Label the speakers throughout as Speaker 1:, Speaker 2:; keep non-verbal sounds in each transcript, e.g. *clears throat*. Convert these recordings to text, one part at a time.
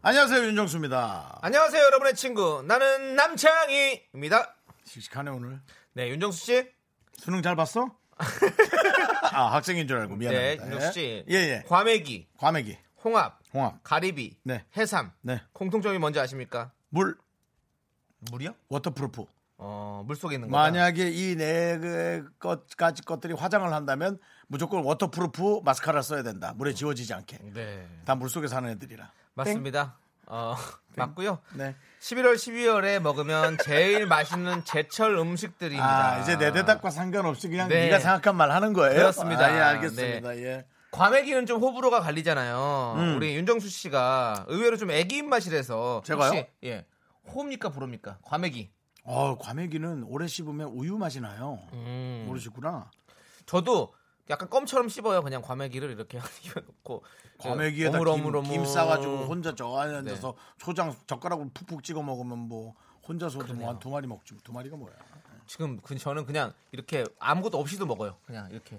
Speaker 1: 안녕하세요 윤정수입니다.
Speaker 2: 안녕하세요, 여러분의 친구. 나는 남창희입니다.
Speaker 1: 씩씩하네 오늘.
Speaker 2: 네, 윤정수 씨.
Speaker 1: 수능 잘
Speaker 2: *laughs*
Speaker 1: 봤어? 아 학생인 줄 알고
Speaker 2: 네,
Speaker 1: 미안합니다.
Speaker 2: 윤정수 씨.
Speaker 1: 예예.
Speaker 2: 과메기,
Speaker 1: 과메기,
Speaker 2: 홍합,
Speaker 1: 홍합,
Speaker 2: 가리비,
Speaker 1: 네.
Speaker 2: 해삼.
Speaker 1: 네.
Speaker 2: 공통점이 뭔지 아십니까?
Speaker 1: 물,
Speaker 2: 물이요?
Speaker 1: 워터프루프.
Speaker 2: 어, 물 속에 있는 거.
Speaker 1: 만약에 이네 것까지 것들이 화장을 한다면 무조건 워터프루프 마스카라 써야 된다. 물에 지워지지 않게.
Speaker 2: 네.
Speaker 1: 다 물 속에 사는 애들이라.
Speaker 2: 맞습니다. 어, *laughs* 맞고요.
Speaker 1: 네.
Speaker 2: 11월, 12월에 먹으면 제일
Speaker 1: *laughs*
Speaker 2: 맛있는 제철 음식들입니다.
Speaker 1: 아 이제 내 대답과 상관없이 그냥
Speaker 2: 네.
Speaker 1: 네. 가 생각한 말 하는 거예요.
Speaker 2: 그렇습니다. 네.
Speaker 1: 아, 예 알겠습니다. 예.
Speaker 2: 과메기는 좀 호불호가 갈리잖아요. 우리 윤정수 씨가 의외로 좀 애기 입맛이라서
Speaker 1: 음. 제가요?
Speaker 2: 혹시, 예. 호입니까 불호입니까? 과메기.
Speaker 1: 어 과메기는 오래 씹으면 우유 맛이 나요.
Speaker 2: 음.
Speaker 1: 모르시구나.
Speaker 2: 저도 약간 껌처럼 씹어요. 그냥 과메기를 이렇게 *laughs* 입혀놓고 네,
Speaker 1: 과메기에다 김,
Speaker 2: 오물오물오물. 네.
Speaker 1: 김 싸가지고 혼자 저 안에 앉아서 초장 젓가락으로 푹푹 찍어 먹으면 뭐 혼자서도 뭐 한 두 마리 먹지 두 마리가 뭐야?
Speaker 2: 지금 그- 저는 그냥 이렇게 아무것도 없이도 먹어요. 그냥 이렇게.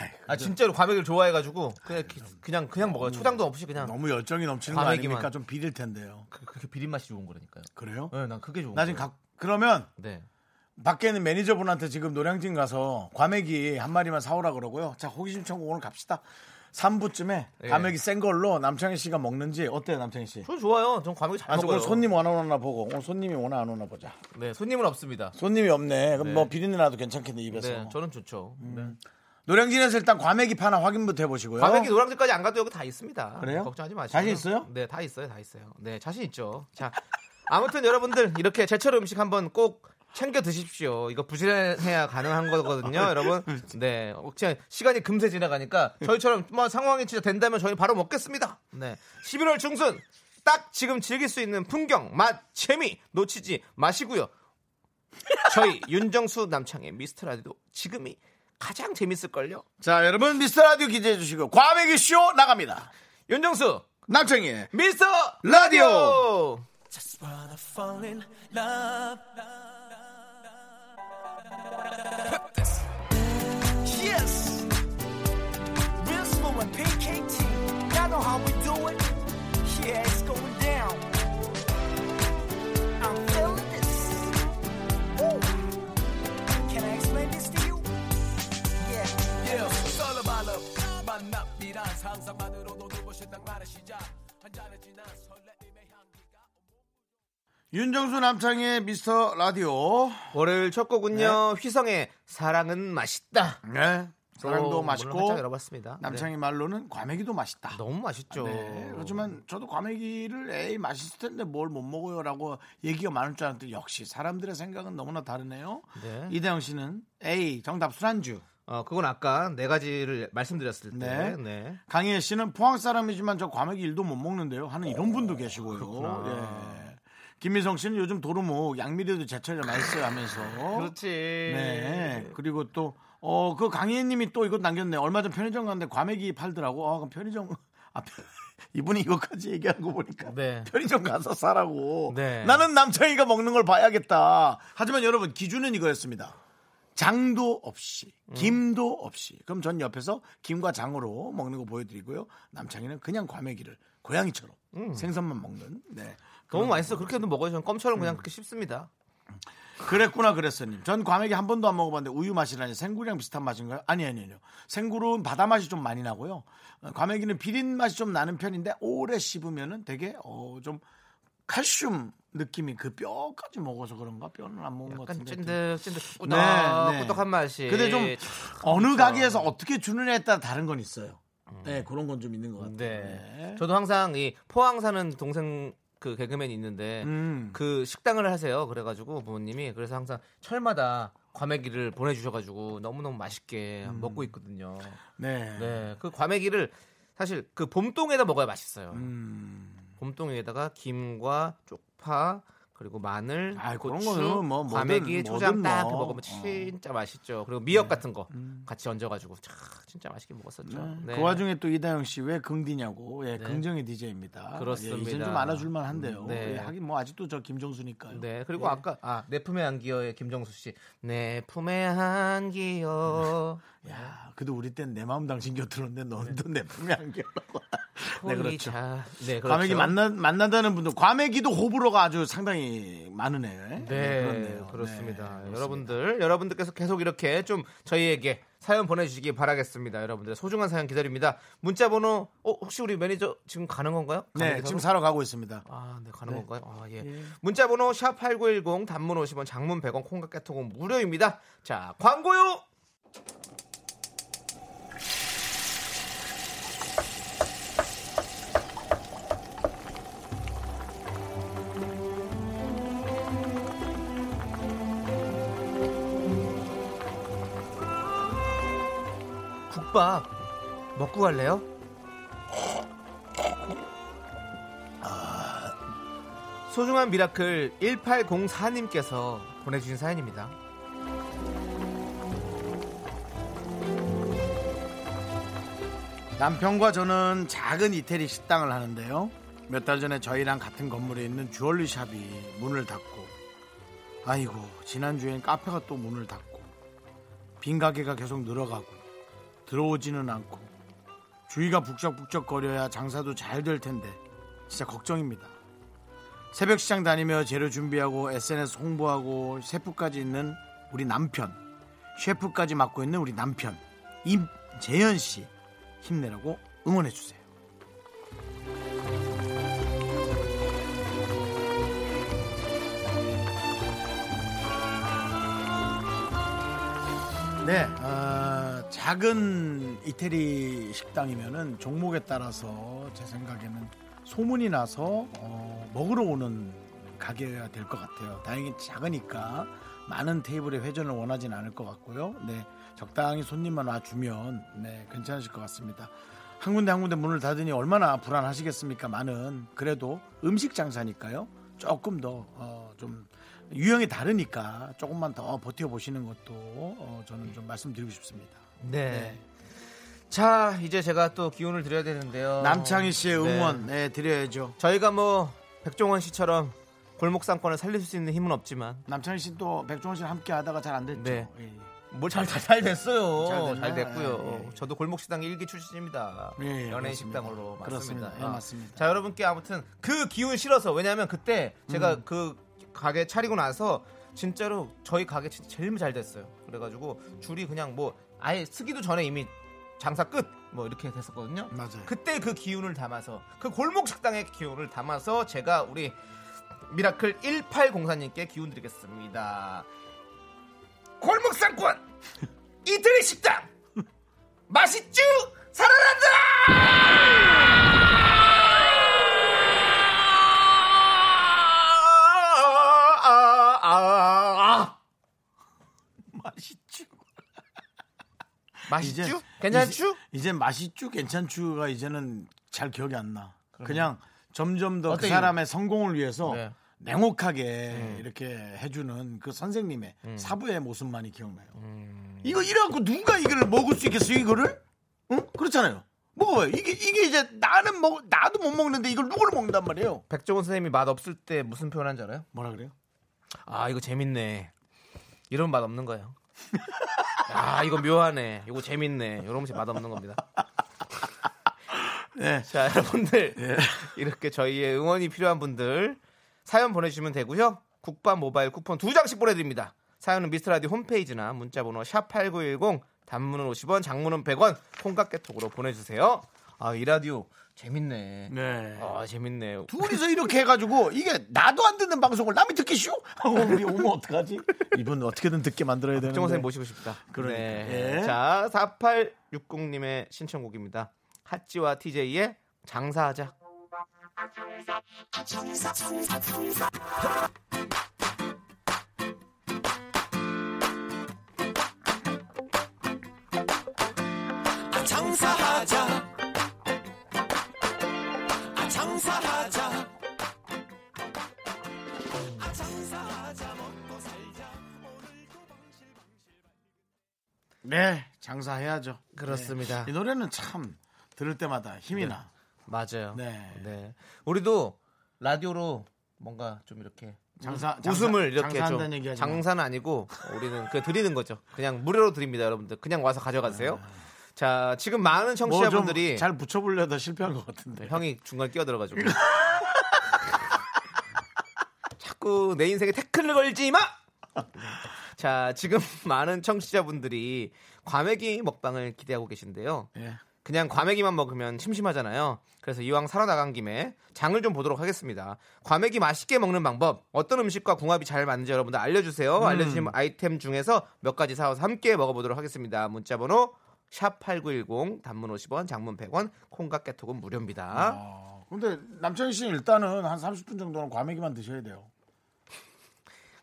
Speaker 1: 아이,
Speaker 2: 아 진짜로 과메기를 좋아해가지고 그냥 이렇게 그냥 그냥 먹어요. 초장도 없이 그냥
Speaker 1: 너무 열정이 넘치는 거
Speaker 2: 과메기만.
Speaker 1: 아닙니까? 좀 비릴 텐데요.
Speaker 2: 그- 그게 비린 맛이 좋은 거라니까요.
Speaker 1: 그래요?
Speaker 2: 네, 난 그게 좋은.
Speaker 1: 나 지금
Speaker 2: 거예요.
Speaker 1: 각 그러면
Speaker 2: 네.
Speaker 1: 밖에 있는 매니저분한테 지금 노량진 가서 과메기 한 마리만 사오라 그러고요. 자 호기심 천국 오늘 갑시다. 3부쯤에
Speaker 2: 예.
Speaker 1: 과메기 센 걸로 남창희 씨가 먹는지 어때요, 남창희 씨?
Speaker 2: 저 좋아요. 전 과메기 잘
Speaker 1: 아,
Speaker 2: 먹어요.
Speaker 1: 오늘 손님 오나 안 오나 보고 오늘 손님이 오나 안 오나 보자.
Speaker 2: 네, 손님은 없습니다.
Speaker 1: 손님이 없네. 그럼
Speaker 2: 네.
Speaker 1: 뭐 비린내 나도 괜찮겠네 입에서. 음.
Speaker 2: 네, 저는 좋죠. 네.
Speaker 1: 노량진에서 일단 과메기 파나 확인부터 해보시고요.
Speaker 2: 과메기 노랑집까지 안 가도 여기 다 있습니다.
Speaker 1: 그래요?
Speaker 2: 걱정하지 마시고.
Speaker 1: 자신 있어요?
Speaker 2: 네, 다 있어요, 다 있어요. 네, 자신 있죠. 자, 아무튼 여러분들 이렇게 제철 음식 한번 꼭 챙겨 드십시오. 이거 부지런해야
Speaker 1: *laughs*
Speaker 2: 가능한 거거든요, 여러분.
Speaker 1: 그렇죠.
Speaker 2: 네, 혹시 시간이 금세 지나가니까 저희처럼 뭐 상황이 진짜 된다면 저희 바로 먹겠습니다. 네, 11월 중순 딱 지금 즐길 수 있는 풍경, 맛, 재미 놓치지 마시고요. 저희 윤정수 남창의 미스터 라디오 지금이 가장 재밌을 걸요.
Speaker 1: 자 여러분 미스터 라디오 기대해 주시고 과메기 쇼 나갑니다.
Speaker 2: 윤정수
Speaker 1: 남창희
Speaker 2: 미스터
Speaker 1: 라디오.
Speaker 2: 라디오
Speaker 3: Yes. Real smooth and PKT. Y'all know how we do it. Yeah, it's going down. I'm feeling this. Woo. Can I explain this to you? Yeah. Yeah. It's all about love. 만남이란 상상만으로도 눈부시단 말의 시작. 한 잔에 지난 설레임의 향기가.
Speaker 1: 윤정수 남창희 미스터 라디오.
Speaker 2: 월요일 첫 곡은요 휘성의 사랑은 맛있다
Speaker 1: 네. 사랑도
Speaker 2: 어, 물론
Speaker 1: 맛있고
Speaker 2: 살짝 열어봤습니다
Speaker 1: 남창희 말로는 과메기도 맛있다.
Speaker 2: 네. 너무 맛있죠
Speaker 1: 네, 하지만 저도 과메기를 에이 맛있을 텐데 뭘 못 먹어요라고 얘기가 많을 줄 알았는데 역시 사람들의 생각은 너무나 다르네요.
Speaker 2: 네.
Speaker 1: 이대영 씨는 에이 정답 술안주.
Speaker 2: 어, 그건 아까 네 가지를 말씀드렸을 때
Speaker 1: 네.
Speaker 2: 네.
Speaker 1: 강희애 씨는 포항 사람이지만 저 과메기 일도 못 먹는데요. 하는 이런 분도 계시고요. 예. 김미성 씨는 요즘 도루묵 양미리도 제철에 맛있어요 하면서.
Speaker 2: 그렇지
Speaker 1: 네. 그리고 또 어, 그 강희애 님이 또 이것 남겼네. 얼마 전 편의점 갔는데 과메기 팔더라고. 아, 그럼 편의점 *laughs* 아, 편- 이분이 이것까지 얘기한 거 보니까
Speaker 2: 네.
Speaker 1: 편의점 가서 사라고.
Speaker 2: 네.
Speaker 1: 나는 남창이가 먹는 걸 봐야겠다. 하지만 여러분 기준은 이거였습니다. 장도 없이 김도 없이 그럼 전 옆에서 김과 장으로 먹는 거 보여드리고요 남창이는 그냥 과메기를 고양이처럼
Speaker 2: 음.
Speaker 1: 생선만 먹는 네
Speaker 2: 너무 맛있어 그렇게도 먹어요 저는 껌처럼
Speaker 1: 음.
Speaker 2: 그냥 그렇게 씹습니다
Speaker 1: 그랬구나 그랬어님. 전 과메기 한 번도 안 먹어봤는데 우유 맛이라니 생굴이랑 비슷한 맛인가요? 아니 아니 아니요. 생굴은 바다 맛이 좀 많이 나고요. 어, 과메기는 비린 맛이 좀 나는 편인데 오래 씹으면은 되게 어, 좀 칼슘 느낌이 그 뼈까지 먹어서 그런가 뼈는 안 먹은 것
Speaker 2: 약간 예,
Speaker 1: 같은데.
Speaker 2: 찐득찐득
Speaker 1: 음, 네, 네.
Speaker 2: 꾸덕꾸덕한 맛이
Speaker 1: 근데 좀
Speaker 2: 그렇죠.
Speaker 1: 어느 가게에서 어떻게 주느냐에 따라 다른 건 있어요. 네 그런 건 좀 있는 것 같아요.
Speaker 2: 음. 네.
Speaker 1: 네.
Speaker 2: 저도 항상 이 포항 사는 동생 그 개그맨이 있는데
Speaker 1: 음.
Speaker 2: 그 식당을 하세요. 그래가지고 부모님이 그래서 항상 철마다 과메기를 보내주셔가지고 너무너무 맛있게 먹고 있거든요.
Speaker 1: 음. 네. 음.
Speaker 2: 네. 그 과메기를 사실 그 봄동에다 먹어야 맛있어요. 봄동 위에다가 김과 쪽파 그리고 마늘,
Speaker 1: 아이, 그런
Speaker 2: 고추,
Speaker 1: 거는 뭐 뭐든-
Speaker 2: 과메기,
Speaker 1: 뭐든
Speaker 2: 초장 딱
Speaker 1: 뭐. 네. 음.
Speaker 2: 먹으면 진짜 맛있죠. 그리고 미역 같은 거 같이 얹어가지고 참 진짜 맛있게 먹었었죠. 네.
Speaker 1: 그 와중에 또 이다영 씨 왜 긍디냐고 예 긍정의 DJ입니다.
Speaker 2: 그렇습니다.
Speaker 1: 예, 이젠 좀 알아줄만 한데요.
Speaker 2: 네.
Speaker 1: 예, 하긴 뭐 아직도 저 김정수니까요. 예.
Speaker 2: 네 그리고 아까 아, 내 품에 안기어의 김정수 씨내 품에 안기어
Speaker 1: 네. 야, 그래도 우리 땐 내 마음 당신 곁으로인데
Speaker 2: 네.
Speaker 1: 넌 또 내 품에 안겨라고. *laughs* 네 그렇죠.
Speaker 2: 보이자. 네 그렇죠.
Speaker 1: 과메기 만나 만난다는 분들 과메기도 호불호가 아주 상당히 많으네.
Speaker 2: 네,
Speaker 1: 그렇네요. 네,
Speaker 2: 그렇습니다.
Speaker 1: 그렇습니다.
Speaker 2: 여러분들, 여러분들께서 계속 이렇게 좀 저희에게 사연 보내주시기 바라겠습니다. 여러분들 소중한 사연 기다립니다. 문자번호, 어, 혹시 우리 매니저 지금 가는 건가요?
Speaker 1: 네,
Speaker 2: 가는
Speaker 1: 지금 사러 가고 있습니다.
Speaker 2: 아, 네, 가는 건가요? 아, 예. 문자번호 샵8910 단문 50원, 장문 100원, 콩깍 개통은 무료입니다. 자, 광고요! 국밥 먹고 갈래요? 소중한 미라클 1804님께서 보내주신 사연입니다.
Speaker 1: 남편과 저는 작은 이태리 식당을 하는데요. 몇 달 전에 저희랑 같은 건물에 있는 주얼리 샵이 문을 닫고, 아이고, 지난주엔 카페가 또 문을 닫고, 빈 가게가 계속 늘어가고, 들어오지는 않고, 주위가 북적북적 거려야 장사도 잘 될 텐데, 진짜 걱정입니다. 새벽 시장 다니며 재료 준비하고, SNS 홍보하고, 셰프까지 있는 우리 남편, 셰프까지 맡고 있는 우리 남편, 임재현 씨. 힘내라고 응원해 주세요. 네, 어, 작은 이태리 식당이면은 종목에 따라서 제 생각에는 소문이 나서 어, 먹으러 오는 가게가 될 것 같아요. 다행히 작으니까 많은 테이블의 회전을 원하진 않을 것 같고요. 네, 적당히 손님만 와주면 네 괜찮으실 것 같습니다. 한 군데 한 군데 문을 닫으니 얼마나 불안하시겠습니까? 많은 그래도 음식 장사니까요. 조금 더 어, 좀 유형이 다르니까 조금만 더 버텨보시는 것도 어, 저는 좀 말씀드리고 싶습니다.
Speaker 2: 네. 자, 이제 제가 또 기운을 드려야 되는데요.
Speaker 1: 남창희 씨의
Speaker 2: 네.
Speaker 1: 응원 어, 네, 드려야죠.
Speaker 2: 저희가 뭐 백종원 씨처럼 골목 상권을 살릴 수 있는 힘은 없지만
Speaker 1: 남창희 씨또 백종원 씨랑 함께 하다가 잘 안 됐죠.
Speaker 2: 네.
Speaker 1: 예, 예.
Speaker 2: 뭘잘잘 잘 됐어요.
Speaker 1: 잘
Speaker 2: 잘,
Speaker 1: 됐나?
Speaker 2: 됐고요.
Speaker 1: 예, 예.
Speaker 2: 저도 골목 식당 일기 출신입니다.
Speaker 1: 예, 예,
Speaker 2: 연예인
Speaker 1: 그렇습니다.
Speaker 2: 식당으로 맞습니다. 아,
Speaker 1: 그렇습니다. 예, 맞습니다.
Speaker 2: 자, 여러분께 아무튼 그 기운 실어서 왜냐하면 그때 제가
Speaker 1: 음.
Speaker 2: 그 가게 차리고 나서 진짜로 저희 가게 진짜 제일 잘 됐어요. 그래가지고 줄이 그냥 뭐 아예 쓰기도 전에 이미 장사 끝 뭐 이렇게 됐었거든요.
Speaker 1: 맞아요.
Speaker 2: 그때 그 기운을 담아서 그 골목 식당의 기운을 담아서 제가 우리 미라클 1804님께 기운 드리겠습니다. 골목
Speaker 1: *laughs*
Speaker 2: 상권 이태리 식당 맛있쥬 살아난다. 아, 아, 아.
Speaker 1: *laughs* 맛있죠.
Speaker 2: 맛있쥬? 괜찮쥬?
Speaker 1: 이제, 이제 맛있죠, 괜찮죠가 이제는 잘 기억이 안 나. 그냥 점점 더 그
Speaker 2: 어때요?
Speaker 1: 사람의 성공을 위해서
Speaker 2: 네. 음.
Speaker 1: 냉혹하게 이렇게 해주는 그 선생님의 사부의 모습만이 기억나요.
Speaker 2: 음.
Speaker 1: 이거 이래갖고 누가 이걸 먹을 수 있겠어요, 이거를? 응? 그렇잖아요. 먹어요. 이게, 이게 이제 나는 먹, 나도 못 먹는데 이걸 누구를 먹는단 말이에요.
Speaker 2: 백종원 선생님이 맛 없을 때 무슨 표현한 줄 알아요?
Speaker 1: 뭐라 그래요?
Speaker 2: 아 이거 재밌네. 이런 맛 없는 거예요. *laughs* 아 이거 묘하네. 이거 재밌네. 이런 음식 맛 없는 겁니다.
Speaker 1: 네.
Speaker 2: 자 여러분들 이렇게 저희의 응원이 필요한 분들 사연 보내주시면 되고요. 국밥 모바일 쿠폰 두 장씩 보내드립니다. 사연은 미스터라디 홈페이지나 문자번호 샵8910 단문은 50원 장문은 100원 콩깍개톡으로 보내주세요. 아 이 라디오 재밌네.
Speaker 1: 네.
Speaker 2: 아 재밌네.
Speaker 1: 둘이서 이렇게 해가지고 이게 나도 안 듣는 방송을 남이 듣기 쉬워?
Speaker 2: *laughs*
Speaker 1: 어, 우리 오면 어떡하지? 이분 어떻게든 듣게 만들어야 되는데.
Speaker 2: 박정호 선생님 모시고 싶다.
Speaker 1: 그러니까.
Speaker 2: 네.
Speaker 1: 예.
Speaker 2: 자, 4860님의 신청곡입니다. 핫지와 TJ의 장사하자.
Speaker 3: 장사하자 아 장사하자
Speaker 1: 네, 장사해야죠.
Speaker 2: 그렇습니다. 네.
Speaker 1: 네. 이 노래는 참 들을 때마다 힘이 나.
Speaker 2: 맞아요.
Speaker 1: 네.
Speaker 2: 네. 우리도 라디오로 뭔가 좀 이렇게
Speaker 1: 장사, 장사
Speaker 2: 웃음을 이렇게 좀
Speaker 1: 장사한다는 얘기 하지 마.
Speaker 2: 장사는 아니고 우리는 그 드리는 거죠. 그냥 무료로 드립니다, 여러분들. 그냥 와서 가져가세요. 자, 지금 많은 아. 뭐 청취자분들이
Speaker 1: 뭐좀잘 붙여보려다 실패한 것 같은데.
Speaker 2: 형이 중간에 끼어들어가지고 *laughs* 자꾸 내 인생에 태클을 걸지 마. 자, 지금 많은 청취자분들이 과메기 먹방을 기대하고 계신데요.
Speaker 1: 예.
Speaker 2: 그냥 과메기만 먹으면 심심하잖아요. 그래서 이왕 살아나간 김에 장을 좀 보도록 하겠습니다. 과메기 맛있게 먹는 방법, 어떤 음식과 궁합이 잘 맞는지 여러분들 알려주세요. 알려주신 아이템 중에서 몇 가지 사와서 함께 먹어보도록 하겠습니다. 문자번호 샵8910 단문 50원, 장문 100원, 콩과 깨톡은 무료입니다.
Speaker 1: 어, 근데 남창희 씨는 일단은 한 30분 정도는 과메기만 드셔야 돼요.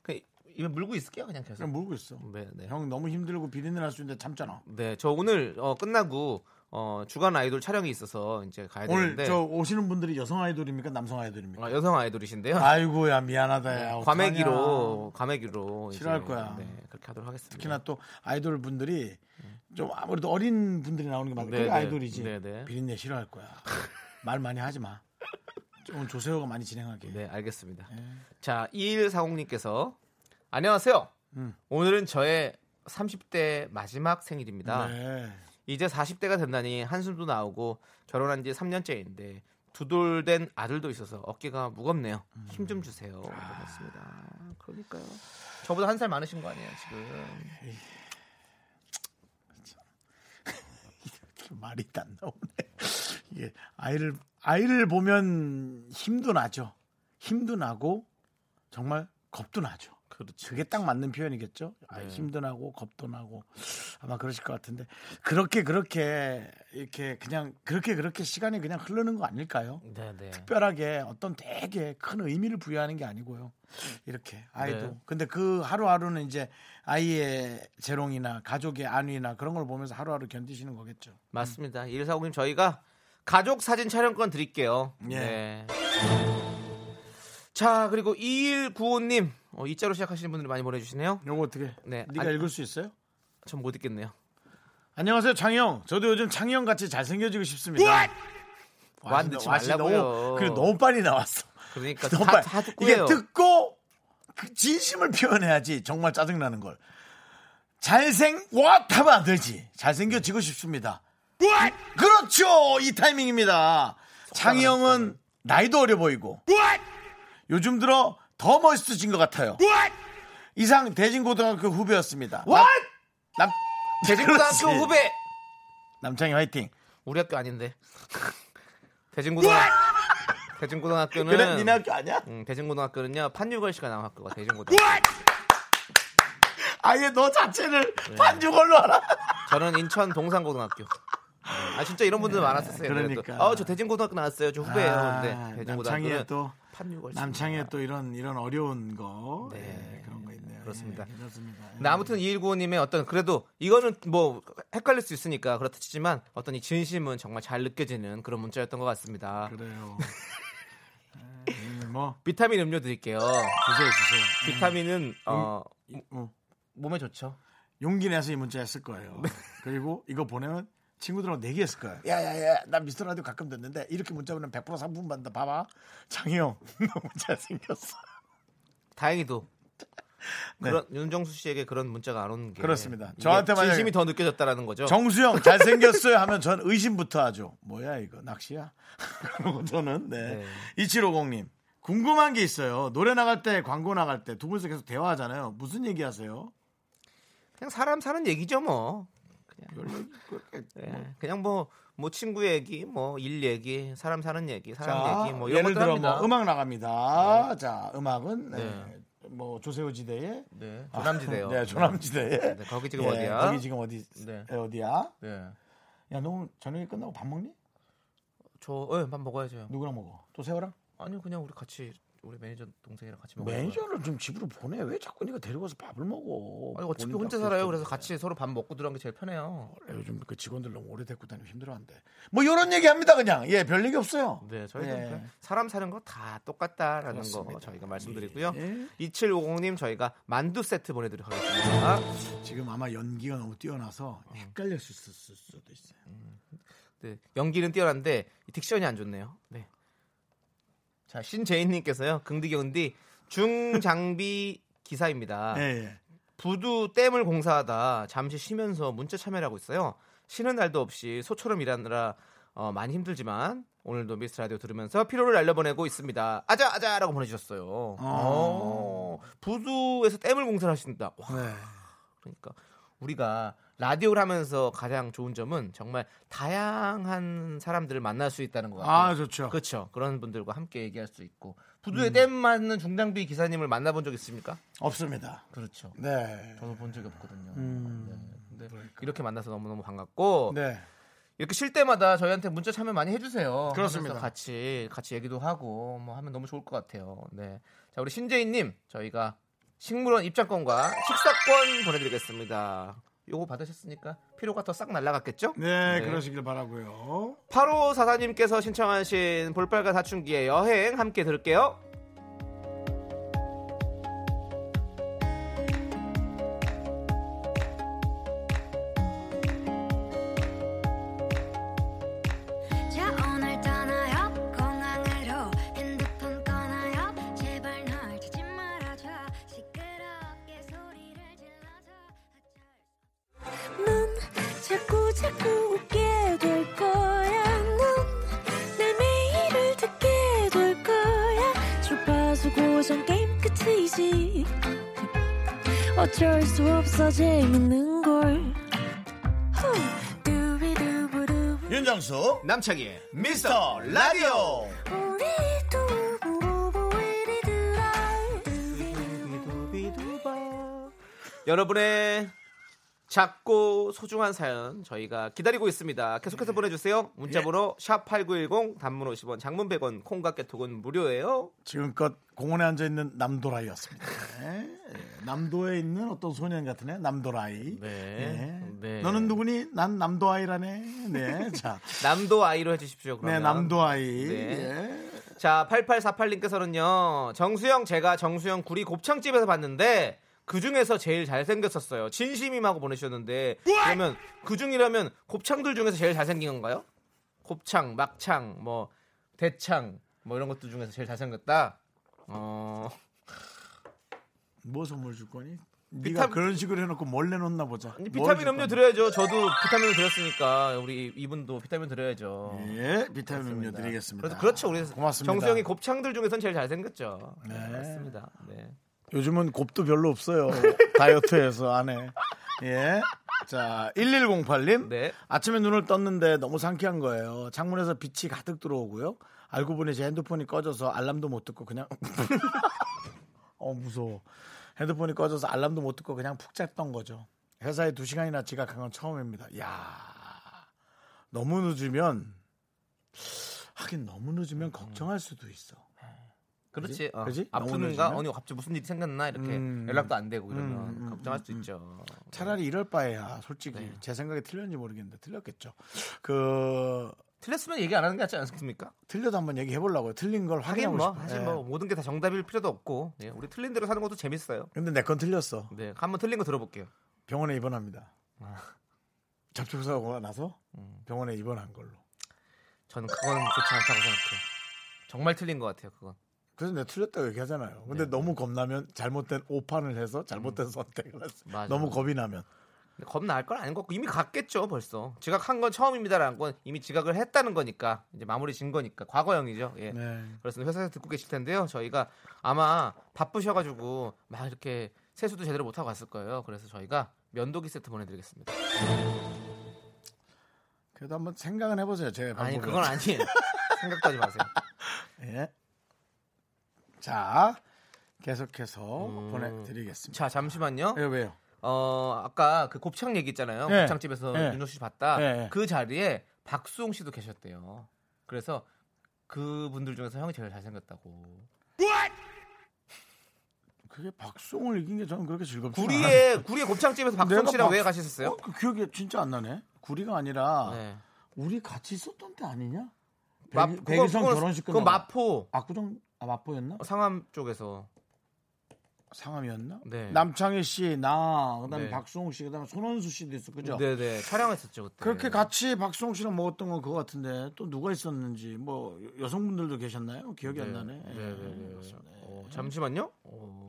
Speaker 2: 그, 입에 물고 있을게요, 그냥 계속.
Speaker 1: 그냥 물고 있어.
Speaker 2: 네, 네.
Speaker 1: 형 너무 힘들고 비린내 날 수 있는데 참잖아.
Speaker 2: 네, 저 오늘 어, 끝나고 어, 주간 아이돌 촬영이 있어서 이제 가야
Speaker 1: 오늘
Speaker 2: 되는데
Speaker 1: 저 오시는 분들이 여성 아이돌입니까 남성 아이돌입니까?
Speaker 2: 어, 여성 아이돌이신데요. 네,
Speaker 1: 아이고야
Speaker 2: *laughs*
Speaker 1: 미안하다. 야, 어떡하냐.
Speaker 2: 과메기로 과메기로 이제,
Speaker 1: 싫어할 거야.
Speaker 2: 네, 그렇게 하도록 하겠습니다.
Speaker 1: 특히나 또 아이돌 분들이 좀 아무래도 어린 분들이 나오는 게 많아.
Speaker 2: 네,
Speaker 1: 그게
Speaker 2: 네.
Speaker 1: 아이돌이지.
Speaker 2: 네, 네.
Speaker 1: 비린내 싫어할 거야. 말 많이 하지 마. 좀 조세호가 많이 진행하게.
Speaker 2: 네, 알겠습니다. 자, 2140님께서 안녕하세요.
Speaker 1: 음.
Speaker 2: 오늘은 저의 30대 마지막 생일입니다.
Speaker 1: 네.
Speaker 2: 이제 40대가 된다니 한숨도 나오고 결혼한 지 3년째인데 두돌된 아들도 있어서 어깨가 무겁네요.
Speaker 1: 음.
Speaker 2: 힘 좀 주세요.
Speaker 1: 아.
Speaker 2: 그렇습니다. 그러니까요. 저보다 한 살 많으신 거 아니에요, 지금.
Speaker 1: 이렇게 말이 다 안 나오네. 이게 아이를 아이를 보면 힘도 나죠. 힘도 나고 정말 겁도 나죠.
Speaker 2: 그렇죠. 네.
Speaker 1: 그게 딱 맞는 표현이겠죠. 아, 힘도 나고 겁도 나고 아마 그러실 것 같은데 그렇게 그렇게 이렇게 그냥 그렇게 그렇게 시간이 그냥 흐르는 거 아닐까요?
Speaker 2: 네, 네.
Speaker 1: 특별하게 어떤 되게 큰 의미를 부여하는 게 아니고요. 이렇게 아이도.
Speaker 2: 네.
Speaker 1: 근데 그 하루하루는 이제 아이의 재롱이나 가족의 안위나 그런 걸 보면서 하루하루 견디시는 거겠죠.
Speaker 2: 맞습니다. 2140님 저희가 가족 사진 촬영권 드릴게요.
Speaker 1: 예.
Speaker 2: 네. 자, 그리고 2195님. 어, 이자로 시작하시는 분들이 많이 보내주시네요.
Speaker 1: 요거 어떻게?
Speaker 2: 네.
Speaker 1: 네가
Speaker 2: 아니-
Speaker 1: 읽을 수 있어요?
Speaker 2: 전 못 읽겠네요.
Speaker 1: 안녕하세요, 창영. 저도 요즘 창영 같이 잘생겨지고 싶습니다. 와,
Speaker 2: 와,
Speaker 1: 진짜-
Speaker 2: 늦지
Speaker 1: 와, 진짜
Speaker 2: 말라고요.
Speaker 1: 너무, 그래, 너무 빨리 나왔어.
Speaker 2: 그러니까
Speaker 1: 너무
Speaker 2: 다,
Speaker 1: 빨리.
Speaker 2: 다 듣고요.
Speaker 1: 이게 듣고 그 진심을 표현해야지 정말 짜증나는 걸. 잘생 왓 하면 안 되지. 잘생겨지고 싶습니다. 그렇죠. 이 타이밍입니다. 창희 형은 나이도 어려 보이고 요즘 들어 더 멋있어진 것 같아요. 이상 대진고등학교 후배였습니다. 남,
Speaker 2: 대진고등학교
Speaker 1: 그렇지.
Speaker 2: 후배.
Speaker 1: 남창희 화이팅.
Speaker 2: 우리 학교 아닌데. *laughs*
Speaker 1: *laughs*
Speaker 2: 대진고등학교. 대진고등학교는
Speaker 1: 그래 니네 학교 아니야?
Speaker 2: 음, 대진고등학교는요. 판유걸 씨가 나온 학교가 대진고등학교.
Speaker 1: 아예 너 자체를
Speaker 2: 네.
Speaker 1: 반죽걸로 알아.
Speaker 2: 저는 인천 동산고등학교. 아 진짜 이런 분들 많았었어요.
Speaker 1: 그러니까.
Speaker 2: 아저 대진고등학교 나왔어요. 저 후배예요.
Speaker 1: 아,
Speaker 2: 근데
Speaker 1: 남창희의
Speaker 2: 대진고등학교는
Speaker 1: 또
Speaker 2: 판유걸 씨.
Speaker 1: 남창희의 또 이런 이런 어려운 거
Speaker 2: 네.
Speaker 1: 예, 그런 거 있네요.
Speaker 2: 그렇습니다.
Speaker 1: 예, 그렇습니다.
Speaker 2: 근데 아무튼 2195님의 어떤 그래도 이거는 뭐 헷갈릴 수 있으니까 그렇다 치지만 어떤 이 진심은 정말 잘 느껴지는 그런 문자였던 것
Speaker 1: 아.
Speaker 2: 같습니다.
Speaker 1: *laughs* 그래요. 예, 뭐
Speaker 2: 비타민 음료 드릴게요.
Speaker 1: 주세요 주세요. 음.
Speaker 2: 비타민은 어,
Speaker 1: 어,
Speaker 2: 몸에 좋죠.
Speaker 1: 용기 내서 이 문자 했을 거예요. 그리고 이거 보내면 친구들하고 내기했을 거예요. 네. 야야야, 나 미스터 라디오 가끔 듣는데 이렇게 문자 보면 100% 상품 받는다. 봐봐, 장희 형 *laughs* 너무 잘생겼어.
Speaker 2: 다행히도
Speaker 1: *laughs* 네.
Speaker 2: 그런 윤정수 씨에게 그런 문자가 안 오는 게
Speaker 1: 그렇습니다.
Speaker 2: 이게
Speaker 1: 저한테 만약에-
Speaker 2: 진심이 더 느껴졌다라는 거죠.
Speaker 1: 정수영 잘생겼어요 하면
Speaker 2: *laughs*
Speaker 1: 전 의심부터 하죠. 뭐야 이거 낚시야? *laughs* 그러고 저는 네.
Speaker 2: 네.
Speaker 1: 2750님 궁금한 게 있어요. 노래 나갈 때 광고 나갈 때 두 분이서 계속 대화하잖아요. 무슨 얘기하세요?
Speaker 2: 그냥 사람 사는 얘기죠 뭐.
Speaker 1: 별로 그렇게-
Speaker 2: 예, 그냥 뭐. 뭐 친구 얘기, 뭐 일 얘기, 사람 사는 얘기, 사람
Speaker 1: 자,
Speaker 2: 얘기, 뭐 이런
Speaker 1: 예를
Speaker 2: 것들
Speaker 1: 들어
Speaker 2: 합니다.
Speaker 1: 뭐 음악 나갑니다. 자 음악은 네,
Speaker 2: 네.
Speaker 1: 뭐 조세호 지대에
Speaker 2: 네,
Speaker 1: *laughs*
Speaker 2: 조남지대요.
Speaker 1: 네, 조남지대에.
Speaker 2: 네, 거기 지금
Speaker 1: 예,
Speaker 2: 어디야?
Speaker 1: 거기 지금 어디?
Speaker 2: 네.
Speaker 1: 에, 어디야?
Speaker 2: 네.
Speaker 1: 야, 너 오늘 저녁에 끝나고 밥 먹니?
Speaker 2: 저, 예, 밥 먹어야죠.
Speaker 1: 누구랑 먹어? 또 세호랑?
Speaker 2: 아니요, 그냥 우리 같이 우리 매니저 동생이랑 같이 먹어.
Speaker 1: 매니저를 좀 집으로 보내. 왜 자꾸 네가 데리고 와서 밥을 먹어?
Speaker 2: 아니 어차피
Speaker 1: 본인
Speaker 2: 혼자
Speaker 1: 다
Speaker 2: 살아요.
Speaker 1: 그랬어.
Speaker 2: 그래서 같이 서로 밥 먹고 들어간 게 제일 편해요.
Speaker 1: 원래 요즘 그 직원들 너무 오래 데리고 다니면 힘들어한대. 뭐 이런 얘기 합니다 그냥. 예, 별 얘기 없어요.
Speaker 2: 네, 저희는
Speaker 1: 예.
Speaker 2: 그냥 사람 사는 거 다 똑같다라는 거
Speaker 1: 그렇습니다.
Speaker 2: 저희가 말씀드리고요.
Speaker 1: 예.
Speaker 2: 2750님 저희가 만두 세트 보내드리도록 하겠습니다.
Speaker 1: 지금 아마 연기가 너무 뛰어나서 헷갈릴 수 있을 수도 있어요.
Speaker 2: 네, 연기는 뛰어난데 이 딕션이 안 좋네요. 네. 자 신재인님께서요. 긍디 견디 중장비 기사입니다.
Speaker 1: 예, 예.
Speaker 2: 부두 댐을 공사하다 잠시 쉬면서 문자 참여를 하고 있어요. 쉬는 날도 없이 소처럼 일하느라 어, 많이 힘들지만 오늘도 미스 라디오 들으면서 피로를 날려보내고 있습니다. 아자 아자라고 보내주셨어요. 어, 부두에서 댐을 공사를 하신다. 와,
Speaker 1: 네.
Speaker 2: 그러니까 우리가 라디오를 하면서 가장 좋은 점은 정말 다양한 사람들을 만날 수 있다는 것 같아요.
Speaker 1: 아, 좋죠.
Speaker 2: 그렇죠. 음. 그런 분들과 함께 얘기할 수 있고 부두에 댐 맞는 중장비 기사님을 만나본 적 있습니까?
Speaker 1: 없습니다.
Speaker 2: 그렇죠.
Speaker 1: 네.
Speaker 2: 저도 본 적이 없거든요. 네. 근데
Speaker 1: 그러니까.
Speaker 2: 이렇게 만나서 너무너무 반갑고
Speaker 1: 음. 네.
Speaker 2: 이렇게 쉴 때마다 저희한테 문자 참여 많이 해주세요.
Speaker 1: 그렇습니다.
Speaker 2: 하면서 같이 같이 얘기도 하고 뭐 하면 너무 좋을 것 같아요. 네. 자 우리 신재인님 저희가 식물원 입장권과 식사권 보내드리겠습니다. 요거 받으셨으니까 피로가 더 싹 날라갔겠죠?
Speaker 1: 네,
Speaker 2: 네.
Speaker 1: 그러시길 바라고요.
Speaker 2: 8호 사사님께서 신청하신 볼빨간 사춘기의 여행 함께 들을게요.
Speaker 4: 자 오늘 떠나요 공항으로 핸드폰 꺼나요 제발 날 찾지 말아줘 시끄럽게 소리를 질러줘
Speaker 5: 넌 자꾸 자꾸 웃게 될 거야. 넌내 매일을 듣게 될 거야. 주파수 고정 게임 끝이지. 어쩔 수 없어 재밌는 걸. 후. 두비두부두.
Speaker 1: 윤정수
Speaker 2: 남창희의
Speaker 1: 미스터 라디오.
Speaker 5: 우리 두부부부 우리 두라. 두비두부.
Speaker 2: 여러분의 작고 소중한 사연 저희가 기다리고 있습니다. 계속해서
Speaker 5: 네.
Speaker 2: 보내주세요. 문자번호
Speaker 5: 예.
Speaker 2: 샵 #8910 단문 50원, 장문 100원, 콩과 깨톡은 무료예요.
Speaker 1: 지금껏 공원에 앉아 있는 남도라이였습니다. 네. 예, 남도에 있는 어떤 소년 같은 애, 남도라이. 예.
Speaker 2: 네. 네.
Speaker 1: 너는 누구니? 난 남도아이라네. 네. 자.
Speaker 2: 남도 아이로 해주십시오.
Speaker 1: 네,
Speaker 2: 그러면.
Speaker 1: 남도아이.
Speaker 2: 네.
Speaker 1: 예.
Speaker 2: 자, 8848님께서는요. 정수영 제가 정수영 구리 곱창집에서 봤는데 그 중에서 제일 잘생겼었어요. 진심임하고 보내주셨는데 그러면 그 중이라면 곱창들 중에서 제일 잘생긴 건가요? 곱창, 막창, 뭐 대창 뭐 이런 것들 중에서 제일 잘생겼다. 어,
Speaker 1: 뭐 선물 줄 거니? 네가
Speaker 2: 비타민-
Speaker 1: 그런 식으로 해놓고 뭘 내놓나 보자.
Speaker 2: 아니,
Speaker 1: 뭘
Speaker 2: 비타민
Speaker 1: 줄
Speaker 2: 음료
Speaker 1: 건데?
Speaker 2: 드려야죠. 저도 비타민을 드렸으니까 우리 이분도 비타민 드려야죠.
Speaker 1: 예, 비타민 음료 드리겠습니다.
Speaker 2: 그래서 그렇죠. 우리
Speaker 1: 고맙습니다.
Speaker 2: 정수영이 곱창들 중에선 제일 잘생겼죠.
Speaker 1: 네.
Speaker 2: 맞습니다. 네.
Speaker 1: 요즘은 곱도 별로 없어요. 다이어트해서 안 해. 예. 자, 1108님.
Speaker 2: 네.
Speaker 1: 아침에 눈을 떴는데 너무 상쾌한 거예요. 창문에서 빛이 가득 들어오고요. 알고 보니 제 핸드폰이 꺼져서 알람도 못 듣고 그냥. *laughs* 어, 무서워. 핸드폰이 꺼져서 알람도 못 듣고 그냥 푹 잤던 거죠. 회사에 두 시간이나 지각한 건 처음입니다. 야 너무 늦으면, 하긴 너무 늦으면
Speaker 2: 음.
Speaker 1: 걱정할 수도 있어.
Speaker 2: 그렇지. 어.
Speaker 1: 그지?
Speaker 2: 아프는가?
Speaker 1: 너무
Speaker 2: 아니 갑자기 무슨 일이 생겼나 이렇게
Speaker 1: 음.
Speaker 2: 연락도 안 되고 이러면
Speaker 1: 음, 음,
Speaker 2: 걱정할
Speaker 1: 음,
Speaker 2: 수 있죠.
Speaker 1: 차라리 이럴 바에야 솔직히
Speaker 2: 네.
Speaker 1: 제 생각이 틀렸는지 모르겠는데 틀렸겠죠. 그
Speaker 2: 틀렸으면 얘기 안 하는 게 낫지 않습니까?
Speaker 1: 틀려도 한번 얘기해 보려고요. 틀린 걸
Speaker 2: 하긴
Speaker 1: 확인하고
Speaker 2: 뭐
Speaker 1: 싶어요.
Speaker 2: 사실
Speaker 1: 예.
Speaker 2: 뭐 모든 게 다 정답일 필요도 없고 예, 우리 틀린 대로 사는 것도 재밌어요.
Speaker 1: 근데 내 건 틀렸어.
Speaker 2: 네, 한번 틀린 거 들어볼게요.
Speaker 1: 병원에 입원합니다.
Speaker 2: 아.
Speaker 1: 접촉사고가 나서 병원에 입원한 걸로.
Speaker 2: 음, 저는 그건 좋지 않다고 생각해요. 정말 틀린 것 같아요. 그건.
Speaker 1: 그래서 내가 틀렸다고 얘기하잖아요.
Speaker 2: 네.
Speaker 1: 근데 너무 겁나면 잘못된 오판을 해서 잘못된 선택을 했어.
Speaker 2: 음. 맞아.
Speaker 1: 너무 겁이 나면.
Speaker 2: 근데 겁날 건 아닌 것 같고 이미 갔겠죠 벌써. 지각한 건 처음입니다라는 건 이미 지각을 했다는 거니까 이제 마무리 진 거니까 과거형이죠. 예.
Speaker 1: 네.
Speaker 2: 그렇습니다. 회사에서 듣고 계실 텐데요. 저희가 아마 바쁘셔가지고 막 이렇게 세수도 제대로 못하고 갔을 거예요. 그래서 저희가 면도기 세트 보내드리겠습니다.
Speaker 1: 네, 그래도 한번 생각은 해보세요. 제 방법을.
Speaker 2: 아니 그건 아니에요. 생각도 하지 마세요.
Speaker 1: 예. 자 계속해서
Speaker 2: 음.
Speaker 1: 보내드리겠습니다.
Speaker 2: 자 잠시만요.
Speaker 1: 예, 왜요?
Speaker 2: 어 아까 그 곱창 얘기 있잖아요.
Speaker 1: 예.
Speaker 2: 곱창집에서
Speaker 1: 예.
Speaker 2: 윤호 씨 봤다.
Speaker 1: 예, 예.
Speaker 2: 그 자리에 박수홍 씨도 계셨대요. 그래서 그 분들 중에서 형이 제일 잘생겼다고.
Speaker 1: 그게 박송을 이긴 게 저는 그렇게 즐겁지 않아요.
Speaker 2: 구리에 구리에 곱창집에서 박성
Speaker 1: 내가
Speaker 2: 씨랑
Speaker 1: 박-
Speaker 2: 왜 가셨었어요?
Speaker 1: 어, 그 기억이 진짜 안 나네. 구리가 아니라
Speaker 2: 네.
Speaker 1: 우리 같이 있었던 때 아니냐?
Speaker 2: 마-
Speaker 1: 백이-
Speaker 2: 그거-
Speaker 1: 백이성
Speaker 2: 그거는-
Speaker 1: 결혼식
Speaker 2: 그건
Speaker 1: 끝나고
Speaker 2: 마포
Speaker 1: 압구정 아,
Speaker 2: 어,
Speaker 1: 마포였나?
Speaker 2: 상암 쪽에서
Speaker 1: 상암이었나?
Speaker 2: 네.
Speaker 1: 남창희 씨, 나, 그다음에
Speaker 2: 네.
Speaker 1: 박수홍 씨, 그다음에 손원수 씨도 있었 그죠?
Speaker 2: 네네 네. 촬영했었죠 그때.
Speaker 1: 그렇게 같이 박수홍 씨랑 먹었던 건 그거 같은데 또 누가 있었는지 뭐 여- 여성분들도 계셨나요? 기억이 안 나네. 예.
Speaker 2: 네네네.
Speaker 1: 그렇습니다. 예.
Speaker 2: 어, 잠시만요. 어,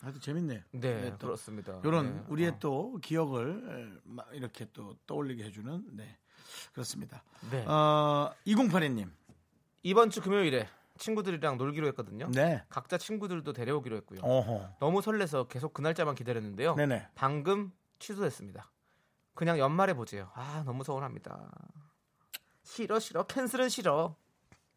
Speaker 1: 하여튼 재밌네요.
Speaker 2: 네,
Speaker 1: 네, 또
Speaker 2: 그렇습니다.
Speaker 1: 이런
Speaker 2: 네.
Speaker 1: 우리의
Speaker 2: 어,
Speaker 1: 또 기억을 막 이렇게 또 떠올리게 해주는 네 그렇습니다.
Speaker 2: 네.
Speaker 1: 어 2082님,
Speaker 2: 이번 주 금요일에 친구들이랑 놀기로 했거든요.
Speaker 1: 네,
Speaker 2: 각자 친구들도 데려오기로 했고요.
Speaker 1: 어허,
Speaker 2: 너무 설레서 계속 그 날짜만 기다렸는데요.
Speaker 1: 네네.
Speaker 2: 방금 취소됐습니다. 그냥 연말에 보지요. 아 너무 서운합니다. 싫어 싫어 캔슬은 싫어.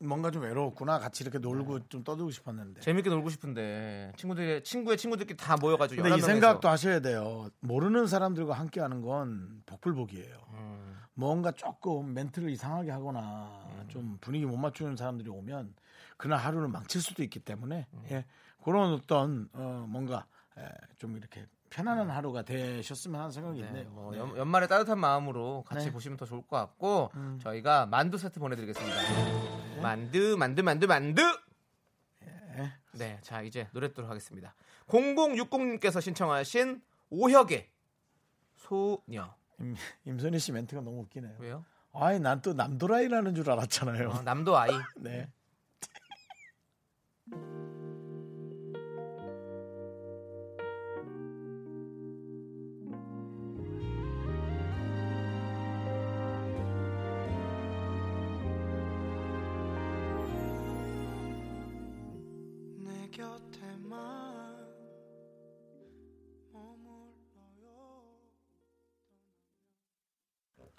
Speaker 1: 뭔가 좀 외로웠구나. 같이 이렇게
Speaker 2: 네.
Speaker 1: 놀고 좀 떠들고 싶었는데.
Speaker 2: 재밌게 놀고 싶은데 친구들의 친구의 친구들끼리 다 모여가지고
Speaker 1: 근데 이
Speaker 2: 11명에서.
Speaker 1: 생각도 하셔야 돼요. 모르는 사람들과 함께하는 건 복불복이에요.
Speaker 2: 음,
Speaker 1: 뭔가 조금 멘트를 이상하게 하거나 좀 분위기 못 맞추는 사람들이 오면 그날 하루를 망칠 수도 있기 때문에
Speaker 2: 음.
Speaker 1: 예, 그런 어떤 어, 뭔가 예, 좀 이렇게 편안한 하루가 되셨으면 하는 생각이
Speaker 2: 음. 네,
Speaker 1: 있네요.
Speaker 2: 뭐
Speaker 1: 네.
Speaker 2: 연, 말에 따뜻한 마음으로 같이
Speaker 1: 네.
Speaker 2: 보시면 더 좋을 것 같고 저희가 만두 세트 보내드리겠습니다. 만두 만두 만두 만두. 네, 자 이제 노래 듣도록 하겠습니다. 0060님께서 신청하신 오혁의 소녀.
Speaker 1: 임, 임선희 씨 멘트가 너무 웃기네요.
Speaker 2: 왜요?
Speaker 1: 아이 난 또 남도라이라는 줄 알았잖아요.
Speaker 2: 어, 남도 아이.
Speaker 1: 네.
Speaker 2: *laughs*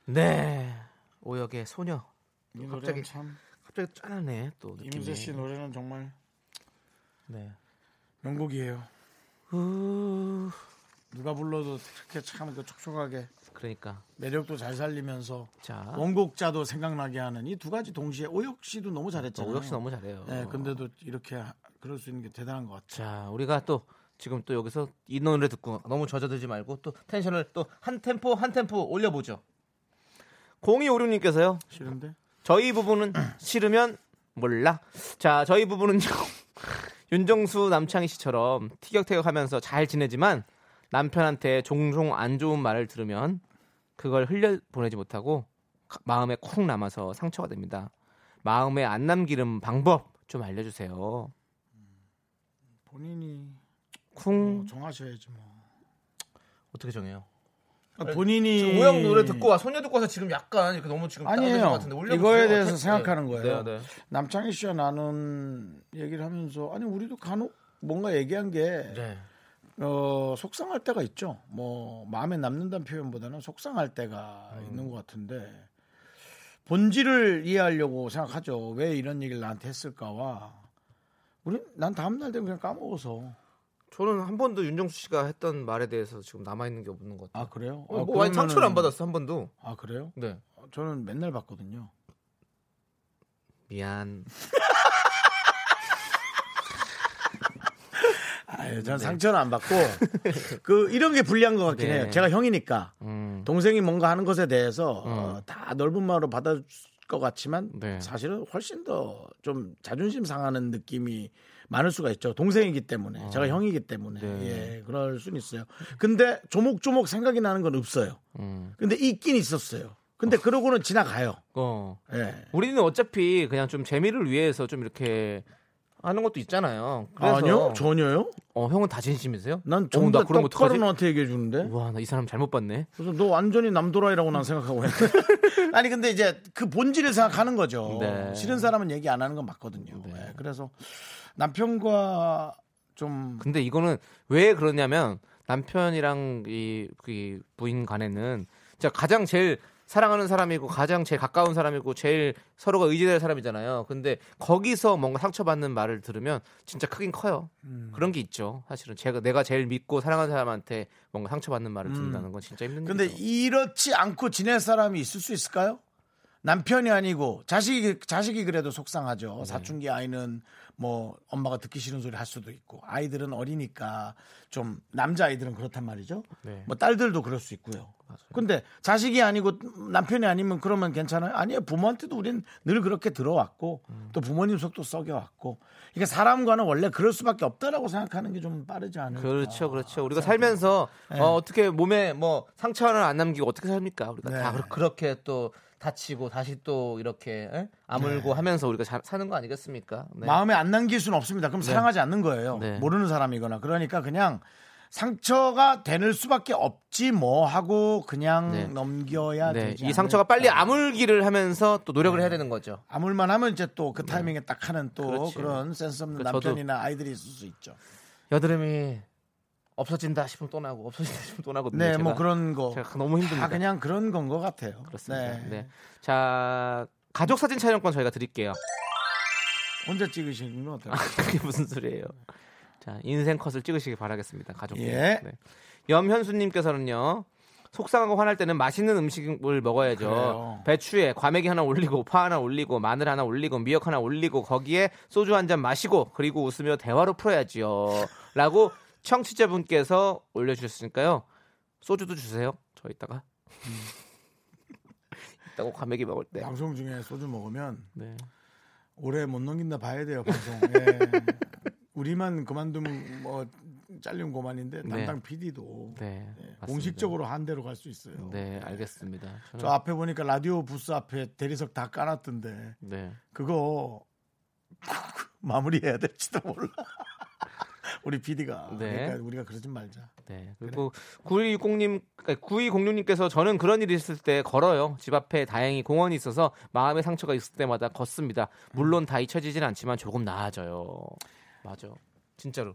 Speaker 2: 네, 오혁의 소녀.
Speaker 1: 이
Speaker 2: 갑자기-
Speaker 1: 노래는 참
Speaker 2: 갑자기 짠하네 또 느낌이.
Speaker 1: 임세 씨 노래는 정말
Speaker 2: 네.
Speaker 1: 명곡이에요.
Speaker 2: 후,
Speaker 1: 누가 불러도 그렇게 참 그 촉촉하게
Speaker 2: 그러니까
Speaker 1: 매력도 잘 살리면서
Speaker 2: 자
Speaker 1: 원곡자도 생각나게 하는 이 두 가지 동시에 오혁 씨도 너무 잘했잖아요.
Speaker 2: 오혁 씨 너무 잘해요.
Speaker 1: 네, 근데도 이렇게 하- 그럴 수 있는 게 대단한 것 같아요.
Speaker 2: 자, 우리가 또 지금 또 여기서 이 노래 듣고 너무 젖어들지 말고 또 텐션을 또 한 템포 한 템포 올려보죠. 0256님께서요.
Speaker 1: 싫은데?
Speaker 2: 저희 부부는 *clears throat* 싫으면 몰라. 자, 저희 부부는요. *laughs* 윤정수 남창희 씨처럼 티격태격하면서 잘 지내지만 남편한테 종종 안 좋은 말을 들으면 그걸 흘려 보내지 못하고 가- 마음에 쿵 남아서 상처가 됩니다. 마음에 안 남기는 방법 좀 알려주세요.
Speaker 1: 본인이
Speaker 2: 쿵
Speaker 1: 뭐 정하셔야지 뭐.
Speaker 2: 어, 어떻게 정해요?
Speaker 1: 본인이
Speaker 2: 아, 네. 오영 노래 듣고 와 소녀 듣고 와서 지금 약간 이렇게 너무 지금 다운되신 것
Speaker 1: 예. 아니에요.
Speaker 2: 같은데 올려보세요.
Speaker 1: 이거에 대해서
Speaker 2: 어떻게-
Speaker 1: 생각하는 거예요.
Speaker 2: 네, 네.
Speaker 1: 남창희 씨와 나눈 얘기를 하면서 아니 우리도 간혹 뭔가 얘기한 게
Speaker 2: 네.
Speaker 1: 어, 속상할 때가 있죠. 뭐 마음에 남는다는 표현보다는 속상할 때가
Speaker 2: 음.
Speaker 1: 있는 것 같은데 본질을 이해하려고 생각하죠. 왜 이런 얘기를 나한테 했을까와 우리 난 다음 날 되면 그냥 까먹어서
Speaker 2: 저는 한 번도 윤정수 씨가 했던 말에 대해서 지금 남아 있는 게 없는 것 같아요.
Speaker 1: 아 그래요?
Speaker 2: 어,
Speaker 1: 아,
Speaker 2: 뭐 아니,
Speaker 1: 그러면은-
Speaker 2: 상처를 안 받았어 한 번도.
Speaker 1: 아 그래요?
Speaker 2: 네.
Speaker 1: 어, 저는 맨날 봤거든요.
Speaker 2: 미안.
Speaker 1: 아유, 네, 전 상처는 안
Speaker 2: *laughs*
Speaker 1: 받고 그 이런 게 불리한 것 같긴
Speaker 2: 네.
Speaker 1: 해요. 제가 형이니까
Speaker 2: 음.
Speaker 1: 동생이 뭔가 하는 것에 대해서 어, 다 넓은 마음으로 받아줄 것 같지만
Speaker 2: 네.
Speaker 1: 사실은 훨씬 더 좀 자존심 상하는 느낌이 많을 수가 있죠. 동생이기 때문에
Speaker 2: 어.
Speaker 1: 제가 형이기 때문에
Speaker 2: 네.
Speaker 1: 예 그럴 순 있어요. 근데 조목조목 생각이 나는 건 없어요.
Speaker 2: 음.
Speaker 1: 근데 있긴 있었어요. 근데 그러고는 지나가요.
Speaker 2: 어.
Speaker 1: 예.
Speaker 2: 우리는 어차피 그냥 좀 재미를 위해서 좀 이렇게 하는 것도 있잖아요. 그래서
Speaker 1: 아니요 전혀요.
Speaker 2: 어, 형은 다 진심이세요?
Speaker 1: 난
Speaker 2: 어,
Speaker 1: 정말
Speaker 2: 나 그런 거
Speaker 1: 똑바로
Speaker 2: 어떡하지?
Speaker 1: 너한테 얘기해 주는데.
Speaker 2: 와, 나 이 사람 잘못 봤네.
Speaker 1: 그래서 너 완전히 남도라이라고 난 생각하고 있는데. 아니 근데 이제 그 본질을 생각하는 거죠.
Speaker 2: 네.
Speaker 1: 싫은 사람은 얘기 안 하는 건 맞거든요. 예, 그래서 남편과 좀
Speaker 2: 근데 이거는 왜 그러냐면 남편이랑 이, 그 부인 간에는 진짜 가장 제일 사랑하는 사람이고 가장 제일 가까운 사람이고 제일 서로가 의지될 사람이잖아요. 근데 거기서 뭔가 상처받는 말을 들으면 진짜 크긴 커요.
Speaker 1: 음.
Speaker 2: 그런 게 있죠. 사실은 제가 내가 제일 믿고 사랑하는 사람한테 뭔가 상처받는 말을 듣는다는 건 진짜 힘든
Speaker 1: 음. 근데
Speaker 2: 거죠.
Speaker 1: 이렇지 않고 지낼 사람이 있을 수 있을까요? 남편이 아니고 자식이 자식이 그래도 속상하죠.
Speaker 2: 네.
Speaker 1: 사춘기 아이는 뭐 엄마가 듣기 싫은 소리 할 수도 있고 아이들은 어리니까 좀 남자 아이들은 그렇단 말이죠.
Speaker 2: 네.
Speaker 1: 뭐 딸들도 그럴 수 있고요. 근데 자식이 아니고 남편이 아니면 그러면 괜찮아요? 아니에요. 부모한테도 우린 늘 그렇게 들어왔고
Speaker 2: 음.
Speaker 1: 또 부모님 속도 썩여왔고 그러니까 사람과는 원래 그럴 수밖에 없다라고 생각하는 게 좀 빠르지 않을까. 네.
Speaker 2: 그렇죠, 그렇죠. 우리가 살면서 어, 어떻게 몸에 뭐 상처를 안 남기고 어떻게 삽니까? 우리가
Speaker 1: 네.
Speaker 2: 다 그렇- 그렇게 또 다치고 다시 또 이렇게 에? 아물고 하면서 우리가 자- 사는 거 아니겠습니까? 네.
Speaker 1: 네. 마음에 안 남길 수는 없습니다. 그럼 사랑하지 않는 거예요.
Speaker 2: 네.
Speaker 1: 모르는 사람이거나 그러니까 그냥 상처가 되는 수밖에 없지 뭐 하고 그냥
Speaker 2: 네.
Speaker 1: 넘겨야 네.
Speaker 2: 네,
Speaker 1: 되지.
Speaker 2: 이 상처가
Speaker 1: 않을까.
Speaker 2: 빨리 아물기를 하면서 또 노력을 해야 되는 거죠.
Speaker 1: 아물만 하면 이제 또 그 타이밍에 딱 하는 또
Speaker 2: 네. 그렇지.
Speaker 1: 그런 센스 없는
Speaker 2: 그 저도-
Speaker 1: 남편이나 아이들이 있을 수 있죠.
Speaker 2: 여드름이 없어진다 싶으면 또 나고 없어진다 싶으면 또 나거든요.
Speaker 1: 네,
Speaker 2: 제가.
Speaker 1: 뭐 그런 거.
Speaker 2: 제가 너무 힘듭니다.
Speaker 1: 다 그냥 그런 건 것 같아요.
Speaker 2: 그렇습니다.
Speaker 1: 네.
Speaker 2: 네. 자, 가족 사진 촬영권 저희가 드릴게요.
Speaker 1: 혼자 찍으시는 건 어떨까요?
Speaker 2: *laughs* 그게 무슨 소리예요? 자, 인생 컷을 찍으시기 바라겠습니다. 가족.
Speaker 1: 예.
Speaker 2: 네. 염현수님께서는요. 속상하고 화날 때는 맛있는 음식을 먹어야죠.
Speaker 1: 그래요.
Speaker 2: 배추에 과메기 하나 올리고 파 하나 올리고 마늘 하나 올리고 미역 하나 올리고 거기에 소주 한 잔 마시고 그리고 웃으며 대화로 풀어야지요. 라고 청취자분께서 올려주셨으니까요. 소주도 주세요. 저 이따가.
Speaker 1: 음.
Speaker 2: *laughs* 이따가 과메기 먹을 때.
Speaker 1: 방송 중에 소주 먹으면
Speaker 2: 네.
Speaker 1: 오래 못 넘긴다 봐야 돼요 방송.
Speaker 2: *laughs*
Speaker 1: 예. 우리만 그만두면 뭐 잘리면 고만인데 담당 PD도
Speaker 2: 네. 맞습니다.
Speaker 1: 공식적으로 한 대로 갈 수 있어요.
Speaker 2: 네, 알겠습니다. 저는-
Speaker 1: 저 아- 앞에 보니까 라디오 부스 앞에 대리석 다 깔았던데
Speaker 2: 네.
Speaker 1: 그거 *laughs* 마무리해야 될지도 몰라. *laughs* 우리 PD가
Speaker 2: 네.
Speaker 1: 그러니까 우리가 그러지 말자.
Speaker 2: 네. 그리고 9260님, 9206님께서 저는 그런 일이 있을 때 걸어요. 집 앞에 다행히 공원이 있어서 마음의 상처가 있을 때마다 걷습니다. 물론 다 잊혀지진 않지만 조금 나아져요. 맞아. 진짜로.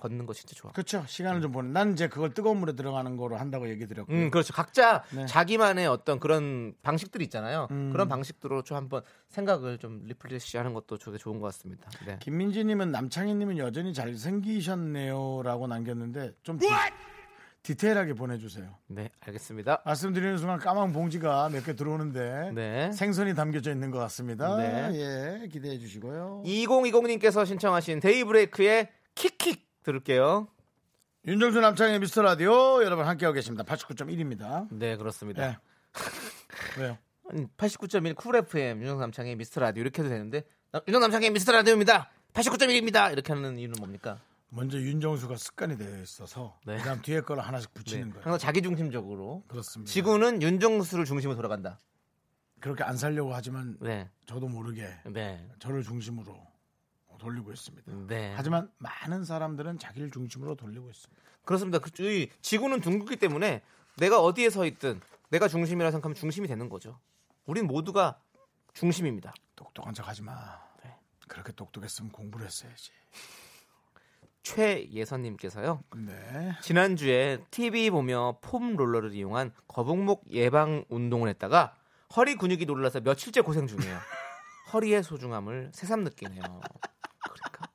Speaker 2: 걷는 거 진짜 좋아.
Speaker 1: 그렇죠. 시간을 좀 보내. 난 이제 그걸 뜨거운 물에 들어가는 거로 한다고 얘기 드렸고.
Speaker 2: 음,
Speaker 1: 요
Speaker 2: 그렇죠. 각자
Speaker 1: 네. 음.
Speaker 2: 자기만의 어떤 그런 방식들이 있잖아요. 그런 방식들로 좀 한번 생각을 좀 리플레시 하는 것도 되게 좋은 것 같습니다. 네.
Speaker 1: 김민지님은 남창희님은 여전히 잘 생기셨네요라고 남겼는데 좀 디- 디테일하게 보내주세요.
Speaker 2: 네, 알겠습니다.
Speaker 1: 말씀드리는 순간 까만 봉지가 몇 개 들어오는데
Speaker 2: 네.
Speaker 1: 생선이 담겨져 있는 것 같습니다.
Speaker 2: 네.
Speaker 1: 예, 기대해 주시고요.
Speaker 2: 2020님께서 신청하신 데이브레이크의 킥킥 들을게요.
Speaker 1: 윤정수 남창의 미스터 라디오 여러분 함께하고 계십니다. 89.1입니다.
Speaker 2: 네, 그렇습니다. *laughs*
Speaker 1: 예. 왜요?
Speaker 2: 89.1 쿨FM 윤정 남창의 미스터 라디오 이렇게 해도 되는데 나- 윤정 남창의 미스터 라디오입니다. 89.1입니다. 이렇게 하는 이유는 뭡니까?
Speaker 1: 먼저 윤정수가 습관이 되어 있어서
Speaker 2: 네.
Speaker 1: 그다음 뒤에 걸 하나씩 붙이는 거예요.
Speaker 2: 항상 자기 중심적으로
Speaker 1: 그렇습니다.
Speaker 2: 지구는 윤정수를 중심으로 돌아간다.
Speaker 1: 그렇게 안 살려고 하지만
Speaker 2: 네,
Speaker 1: 저도 모르게
Speaker 2: 네,
Speaker 1: 저를 중심으로 돌리고 있습니다.
Speaker 2: 네.
Speaker 1: 하지만 많은 사람들은 자기를 중심으로 돌리고 있습니다.
Speaker 2: 그렇습니다. 그, 이 지구는 둥글기 때문에 내가 어디에 서 있든 내가 중심이라 생각하면 중심이 되는 거죠. 우린 모두가 중심입니다.
Speaker 1: 똑똑한 척하지 마.
Speaker 2: 네.
Speaker 1: 그렇게 똑똑했으면 공부를 했어야지.
Speaker 2: 최예선님께서요.
Speaker 1: 네.
Speaker 2: 지난주에 TV 보며 폼 롤러를 이용한 거북목 예방 운동을 했다가 허리 근육이 놀라서 며칠째 고생 중이에요. 허리의 소중함을 새삼 느끼네요. 그러니까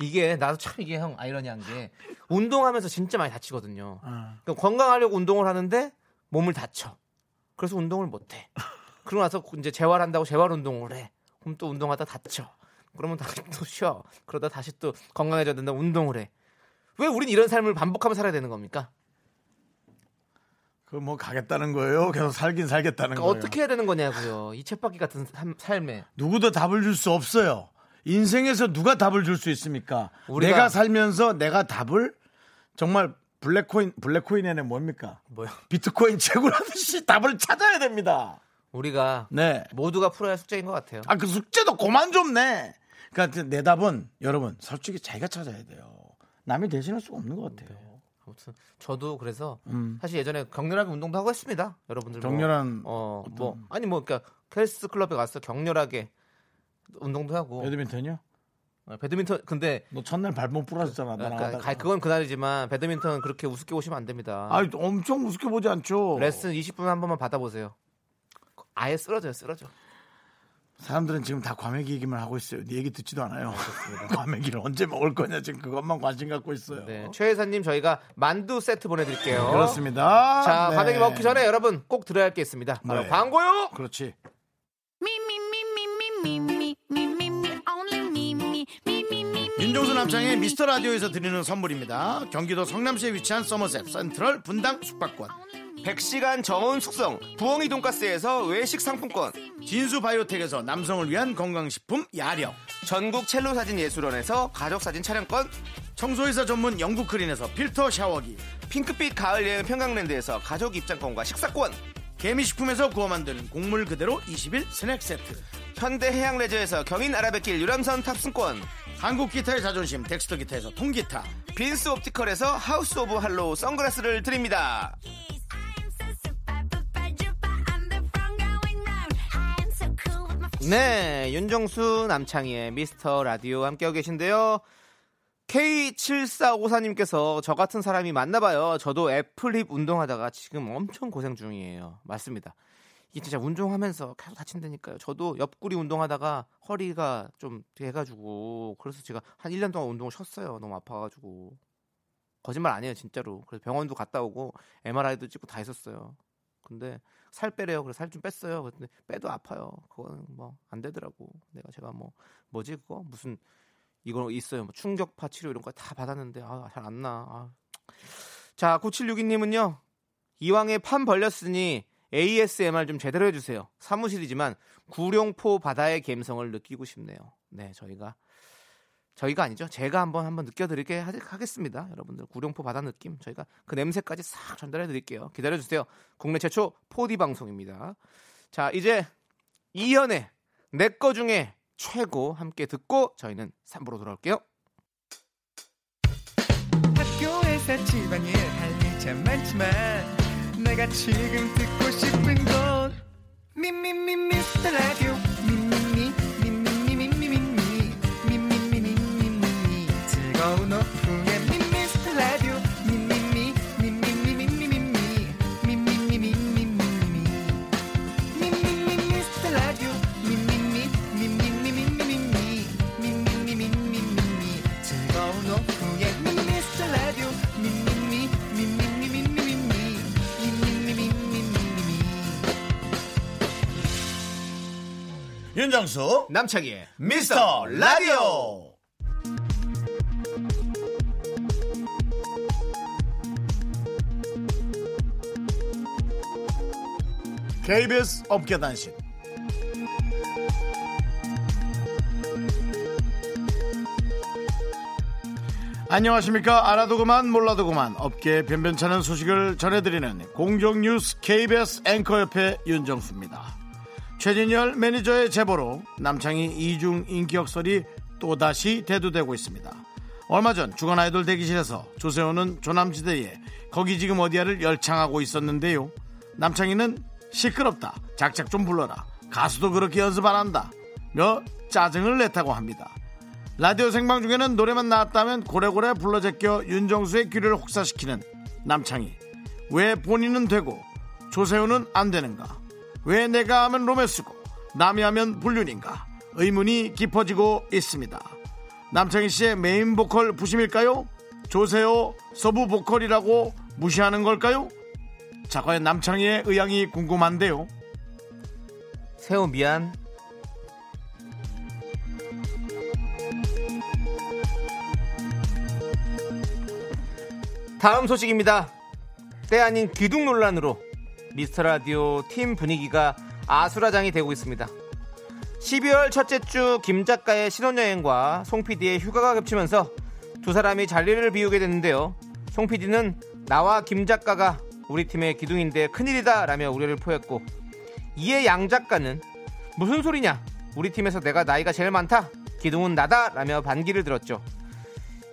Speaker 2: 이게 나도 참 이게 형 아이러니한 게 운동하면서 진짜 많이 다치거든요.
Speaker 1: 어.
Speaker 2: 그러니까 건강하려고 운동을 하는데 몸을 다쳐. 그래서 운동을 못 해. 그러고 나서 이제 재활한다고 재활 운동을 해. 그럼 또 운동하다 다쳐. 그러면 다시 또 쉬어. 그러다 다시 또 건강해졌는데 운동을 해. 왜 우린 이런 삶을 반복하며 살아야 되는 겁니까?
Speaker 1: 그 뭐 가겠다는 거예요. 계속 살긴 살겠다는
Speaker 2: 그러니까
Speaker 1: 거예요.
Speaker 2: 어떻게 해야 되는 거냐고요. 이 쳇바퀴 같은 삶- 삶에
Speaker 1: 누구도 답을 줄 수 없어요. 인생에서 누가 답을 줄 수 있습니까?
Speaker 2: 우리가-
Speaker 1: 내가 살면서 내가 답을 정말 블랙코인 블랙코인에는 뭡니까?
Speaker 2: 뭐요?
Speaker 1: 비트코인 채굴하듯이 답을 찾아야 됩니다.
Speaker 2: 우리가
Speaker 1: 네.
Speaker 2: 모두가 풀어야 할 숙제인 것 같아요.
Speaker 1: 아 그 숙제도 그만 좀 내. 그러니까 내 답은 여러분 솔직히 자기가 찾아야 돼요. 남이 대신할 수가 없는 것 같아요. 음.
Speaker 2: 아무튼 저도 그래서 사실 예전에 격렬하게 운동도 하고 했습니다. 여러분들 뭐,
Speaker 1: 격렬한
Speaker 2: 어, 뭐 아니 뭐 그러니까 헬스 클럽에 가서 격렬하게 운동도 하고
Speaker 1: 배드민턴이요?
Speaker 2: 어, 배드민턴 근데
Speaker 1: 너 첫날 발목 부러졌잖아. 나랑
Speaker 2: 그러니까
Speaker 1: 하다가.
Speaker 2: 가- 그건 그날이지만 배드민턴 그렇게 우습게 오시면 안 됩니다.
Speaker 1: 아니 엄청 우습게 보지 않죠.
Speaker 2: 레슨 20분 한 번만 받아보세요. 아예 쓰러져요, 쓰러져.
Speaker 1: 사람들은 지금 다 과메기 얘기만 하고 있어요. 네 얘기 듣지도 않아요. *laughs* 과메기를 언제 먹을 거냐 지금 그것만 관심 갖고 있어요.
Speaker 2: 네, 최 회사님 저희가 만두 세트 보내드릴게요.
Speaker 1: 그렇습니다.
Speaker 2: 자,
Speaker 1: 네.
Speaker 2: 과메기 먹기 전에 여러분 꼭 들어야 할 게 있습니다. 바로
Speaker 1: 네.
Speaker 2: 광고요.
Speaker 1: 그렇지. 윤종수 남창의 미스터 라디오에서 드리는 선물입니다. 경기도 성남시에 위치한 서머셋 센트럴 분당 숙박권,
Speaker 2: 100시간 저온 숙성 부엉이 돈가스에서 외식 상품권
Speaker 1: 진수 바이오텍에서 남성을 위한 건강식품 야력,
Speaker 2: 전국 첼로 사진 예술원에서 가족 사진 촬영권
Speaker 1: 청소회사 전문 영국 크린에서 필터 샤워기,
Speaker 2: 핑크빛 가을 여행 평강랜드에서 가족 입장권과 식사권
Speaker 1: 개미식품에서 구워 만든 곡물 그대로 20일 스낵 세트,
Speaker 2: 현대 해양 레저에서 경인 아라뱃길 유람선 탑승권
Speaker 1: 한국 기타의 자존심 덱스터 기타에서 통기타,
Speaker 2: 빈스 옵티컬에서 하우스 오브 할로우 선글라스를 드립니다 네, 윤정수 남창희의 미스터 라디오 함께하고 계신데요. K7454님께서 저 같은 사람이 맞나봐요. 저도 애플힙 운동하다가 지금 엄청 고생 중이에요. 맞습니다. 이게 진짜 운동하면서 계속 다친다니까요. 저도 옆구리 운동하다가 허리가 좀 돼가지고 그래서 제가 한 1년 동안 운동을 쉬었어요. 너무 아파가지고. 거짓말 아니에요, 진짜로. 그래서 병원도 갔다 오고 MRI도 찍고 다 했었어요. 근데 살 빼래요. 그래서 살 좀 뺐어요. 근데 빼도 아파요. 그거는 뭐 안 되더라고. 내가 제가 뭐 뭐지 그거 무슨 이거 있어요. 뭐 충격파 치료 이런 거 다 받았는데 아 잘 안 나. 아. 자, 9762님은요. 이왕에 판 벌렸으니 ASMR 좀 제대로 해주세요. 사무실이지만 구룡포 바다의 감성을 느끼고 싶네요. 네, 저희가 저희가 아니죠. 제가 한번 한번 느껴드리게 하- 하겠습니다. 여러분들 구룡포 바다 느낌 저희가 그 냄새까지 싹 전달해 드릴게요. 기다려 주세요. 국내 최초 4D 방송입니다. 자 이제 이현의 내 거 중에 최고 함께 듣고 저희는 3부로 돌아올게요.
Speaker 6: 학교에서 집안일 할 일 참 많지만 내가 지금 듣고 싶은 건 미미미 미스터 라디오 미미미 미미미 미미미 미미미 미미미 미미미 즐거운 오후에 미스터 라디오 미미미 미미미 미미미 미미미 미미미 미미미
Speaker 1: 윤정수
Speaker 2: 남창희의
Speaker 1: 미스터 라디오. KBS 업계단신 안녕하십니까 알아도 그만 몰라도 그만 업계 변변찮은 소식을 전해드리는 공정뉴스 KBS 앵커협회 윤정수입니다 최진열 매니저의 제보로 남창희 이중 인기역설이 또다시 대두되고 있습니다. 얼마 전 주간 아이돌 대기실에서 조세호는 조남지대에 거기 지금 어디야를 열창하고 있었는데요. 남창희는 시끄럽다. 작작 좀 불러라. 가수도 그렇게 연습 안 한다. 며 짜증을 냈다고 합니다. 라디오 생방 중에는 노래만 나왔다면 고래고래 불러 제껴 윤정수의 귀를 혹사시키는 남창희. 왜 본인은 되고 조세호는 안 되는가? 왜 내가 하면 로맨스고 남이 하면 불륜인가? 의문이 깊어지고 있습니다. 남창희 씨의 메인 보컬 부심일까요? 조세호 서부 보컬이라고 무시하는 걸까요? 자, 과연 남창희의 의향이 궁금한데요.
Speaker 2: 세호 미안. 다음 소식입니다. 때 아닌 기둥 논란으로 미스터 라디오 팀 분위기가 아수라장이 되고 있습니다. 12월 첫째 주 김 작가의 신혼여행과 송 PD의 휴가가 겹치면서 두 사람이 자리를 비우게 됐는데요. 송 PD는 나와 김 작가가 우리 팀의 기둥인데 큰일이다 라며 우려를 표했고 이에 양 작가는 무슨 소리냐 우리 팀에서 내가 나이가 제일 많다 기둥은 나다 라며 반기를 들었죠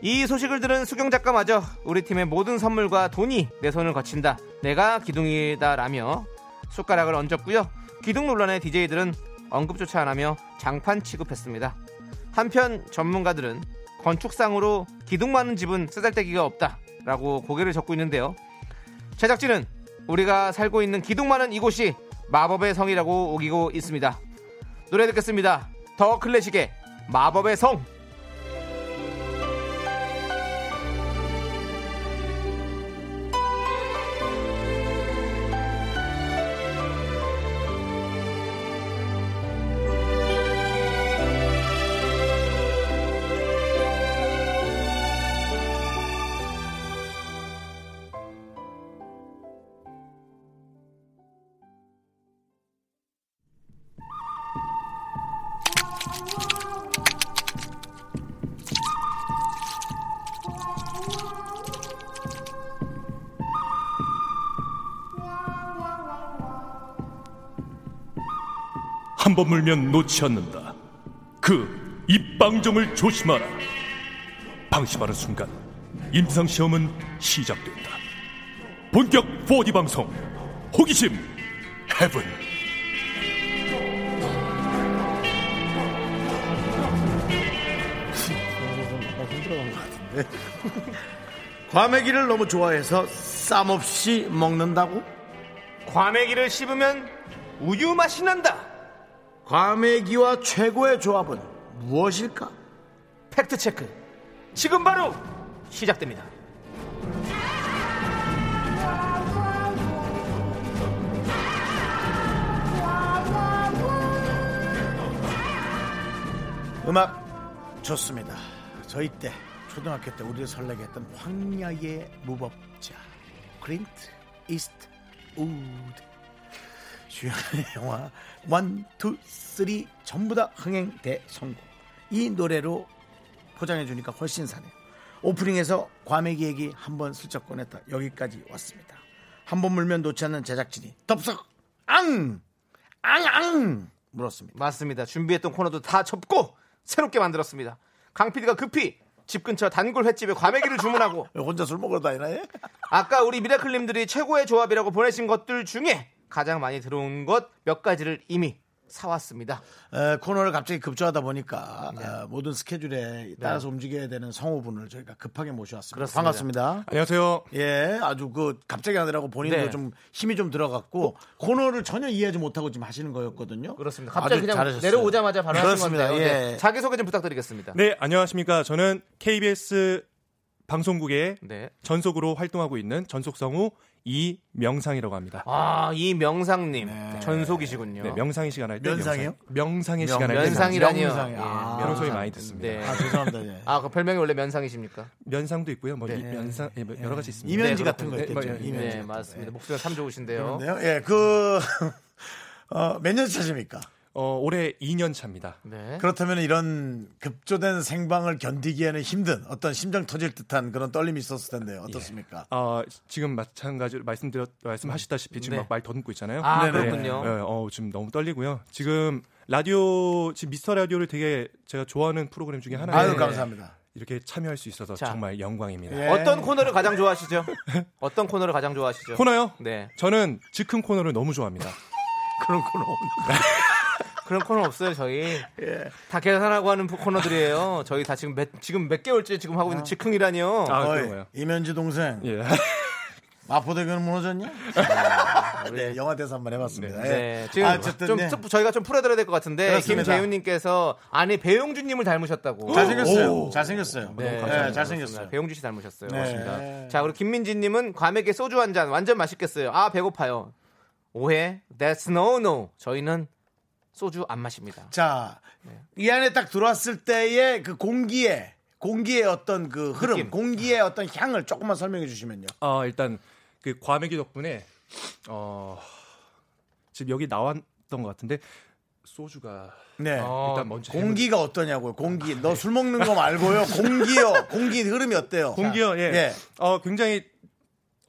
Speaker 2: 이 소식을 들은 수경 작가마저 우리 팀의 모든 선물과 돈이 내 손을 거친다 내가 기둥이다 라며 숟가락을 얹었고요 기둥 논란에 DJ들은 언급조차 안 하며 장판 취급했습니다 한편 전문가들은 건축상으로 기둥 많은 집은 쓰잘데기가 없다 라고 고개를 젓고 있는데요 제작진은 우리가 살고 있는 기둥 많은 이곳이 마법의 성이라고 우기고 있습니다. 노래 듣겠습니다. 더 클래식의 마법의 성.
Speaker 7: 한 번 물면 놓지 않는다. 그 입방정을 조심하라. 방심하는 순간 임상 시험은 시작된다. 본격 4D 방송 호기심 헤븐.
Speaker 1: 과메기를 너무 좋아해서 쌈 없이 먹는다고?
Speaker 2: 과메기를 씹으면 우유 맛이 난다.
Speaker 1: 과메기와 최고의 조합은 무엇일까?
Speaker 2: 팩트 체크. 지금 바로 시작됩니다.
Speaker 1: 음악 좋습니다. 저희 때 초등학교 때 우리를 설레게 했던 황야의 무법자 클린트 이스트 우드 주연의 영화 원, 투, 쓰리 전부 다 흥행 대성공 이 노래로 포장해주니까 훨씬 사네요. 오프닝에서 과메기 얘기 한번 슬쩍 꺼냈다 여기까지 왔습니다. 한 번 물면 놓지 않는 제작진이 덥석 앙! 앙앙! 물었습니다.
Speaker 2: 맞습니다. 준비했던 코너도 다 접고 새롭게 만들었습니다. 강 PD가 급히 집 근처 단골 횟집에 과메기를 주문하고
Speaker 1: 왜 혼자 술 먹으러 다니나요?
Speaker 2: 아까 우리 미라클님들이 최고의 조합이라고 보내신 것들 중에 가장 많이 들어온 것 몇 가지를 이미 사왔습니다.
Speaker 1: 에, 코너를 갑자기 급조하다 보니까
Speaker 2: 네.
Speaker 1: 어, 모든 스케줄에 따라서 움직여야 되는 성우분을 저희가 급하게 모셔왔습니다.
Speaker 2: 그렇습니다.
Speaker 1: 반갑습니다.
Speaker 8: 안녕하세요.
Speaker 1: 예, 아주 그 갑자기 하느라고 본인도
Speaker 2: 네.
Speaker 1: 좀 힘이 좀 들어갔고 코너를 전혀 이해하지 못하고 지금 하시는 거였거든요.
Speaker 2: 그렇습니다. 갑자기
Speaker 1: 아주
Speaker 2: 그냥
Speaker 1: 잘하셨어요.
Speaker 2: 내려오자마자 바로 하신
Speaker 1: 그렇습니다.
Speaker 2: 건데요. 네.
Speaker 1: 예.
Speaker 2: 자기소개 좀 부탁드리겠습니다.
Speaker 8: 네, 안녕하십니까. 저는 KBS 방송국의
Speaker 2: 네.
Speaker 8: 전속으로 활동하고 있는 전속성우 이명상이라고 합니다.
Speaker 2: 아, 이 명상님.
Speaker 1: 네.
Speaker 2: 전속이시군요.
Speaker 8: 네, 명상의 시간 할때
Speaker 1: 면상이요?
Speaker 8: 명상의
Speaker 1: 명-
Speaker 8: 시간 할때
Speaker 2: 면상이라- 명상이라니요.
Speaker 1: 명상이.
Speaker 2: 예,
Speaker 1: 아,
Speaker 8: 그런 소리 많이 듣습니다.
Speaker 2: 네.
Speaker 1: 아, 죄송합니다. 예.
Speaker 2: 아, 그 별명이 원래 면상이십니까?
Speaker 8: 면상도 있고요. 뭐 이- 면상 예, 뭐 여러 가지 있습니다.
Speaker 1: 이면지
Speaker 2: 네,
Speaker 1: 같은 거 있겠죠.
Speaker 8: 뭐, 예,
Speaker 1: 이면지.
Speaker 2: 네,
Speaker 1: 같은 거.
Speaker 2: 맞습니다. 목소리가 참 좋으신데요.
Speaker 1: 그런데요. 예, 그 *laughs* 어, 몇 년 차십니까?
Speaker 8: 어, 올해 2년 차입니다.
Speaker 2: 네.
Speaker 1: 그렇다면 이런 급조된 생방을 견디기에는 힘든 어떤 심장 터질 듯한 그런 떨림이 있었을 텐데 어떻습니까?
Speaker 8: 아, 지금 마찬가지로 말씀드렸 말씀하셨다시피 지금
Speaker 2: 네.
Speaker 8: 막 말 더듬고 있잖아요.
Speaker 2: 아,
Speaker 1: 네네.
Speaker 2: 그렇군요.
Speaker 8: 네, 어, 지금 너무 떨리고요. 지금 라디오 지금 미스터 라디오를 되게 제가 좋아하는 프로그램 중에 하나예요. 네.
Speaker 1: 아유 감사합니다.
Speaker 8: 이렇게 참여할 수 있어서
Speaker 2: 자.
Speaker 8: 정말 영광입니다.
Speaker 1: 예.
Speaker 2: 어떤 코너를 가장 좋아하시죠? 어떤 코너를 가장 좋아하시죠?
Speaker 8: 코너요?
Speaker 2: 네.
Speaker 8: 저는 즉흥 코너를 너무 좋아합니다.
Speaker 1: 그런 코너
Speaker 2: *laughs* 그런 코너 없어요, 저희.
Speaker 1: 예.
Speaker 2: 다 계산하고 하는 코너들이에요. 저희 다 지금 몇, 지금 몇 개월째 지금 하고 있는 즉흥이라니요.
Speaker 8: 아,
Speaker 1: 어이,
Speaker 8: 그런 거요.
Speaker 1: 이면지 동생
Speaker 8: 예. *laughs*
Speaker 1: 마포대교는 무너졌냐? 네, 영화 대사 한번 해봤습니다.
Speaker 2: 네.
Speaker 1: 예.
Speaker 2: 지금
Speaker 1: 아, 어쨌든
Speaker 2: 좀,
Speaker 1: 네.
Speaker 2: 좀 저희가 좀 풀어드려야 될 것 같은데
Speaker 1: 그렇습니다.
Speaker 2: 김재윤님께서 아내 배용준님을 닮으셨다고.
Speaker 1: 잘생겼어요.
Speaker 8: 오.
Speaker 1: 잘생겼어요.
Speaker 2: 네,
Speaker 1: 네,
Speaker 2: 감사합니다.
Speaker 1: 잘생겼어요.
Speaker 2: 배용준 씨 닮으셨어요.
Speaker 1: 네.
Speaker 2: 맞습니다. 자, 그리고 김민지님은 과메기 소주 한 잔 완전 맛있겠어요. 아 배고파요. 오해. That's no no. 저희는 소주 안 마십니다.
Speaker 1: 자, 이 안에 딱 들어왔을 때의 그 공기에 공기의 어떤 그 흐름,
Speaker 2: 느낌.
Speaker 1: 공기의 어떤 향을 조금만 설명해 주시면요.
Speaker 8: 아, 일단 그 과메기 덕분에 어 지금 여기 나왔던 것 같은데 소주가
Speaker 1: 네.
Speaker 2: 어,
Speaker 8: 일단 먼저 해보-
Speaker 1: 공기가 어떠냐고요. 공기.
Speaker 8: 아, 네.
Speaker 1: 너 술 먹는 거 말고요. 공기요. 공기 흐름이 어때요?
Speaker 8: 공기요. 예.
Speaker 1: 예.
Speaker 8: 어 굉장히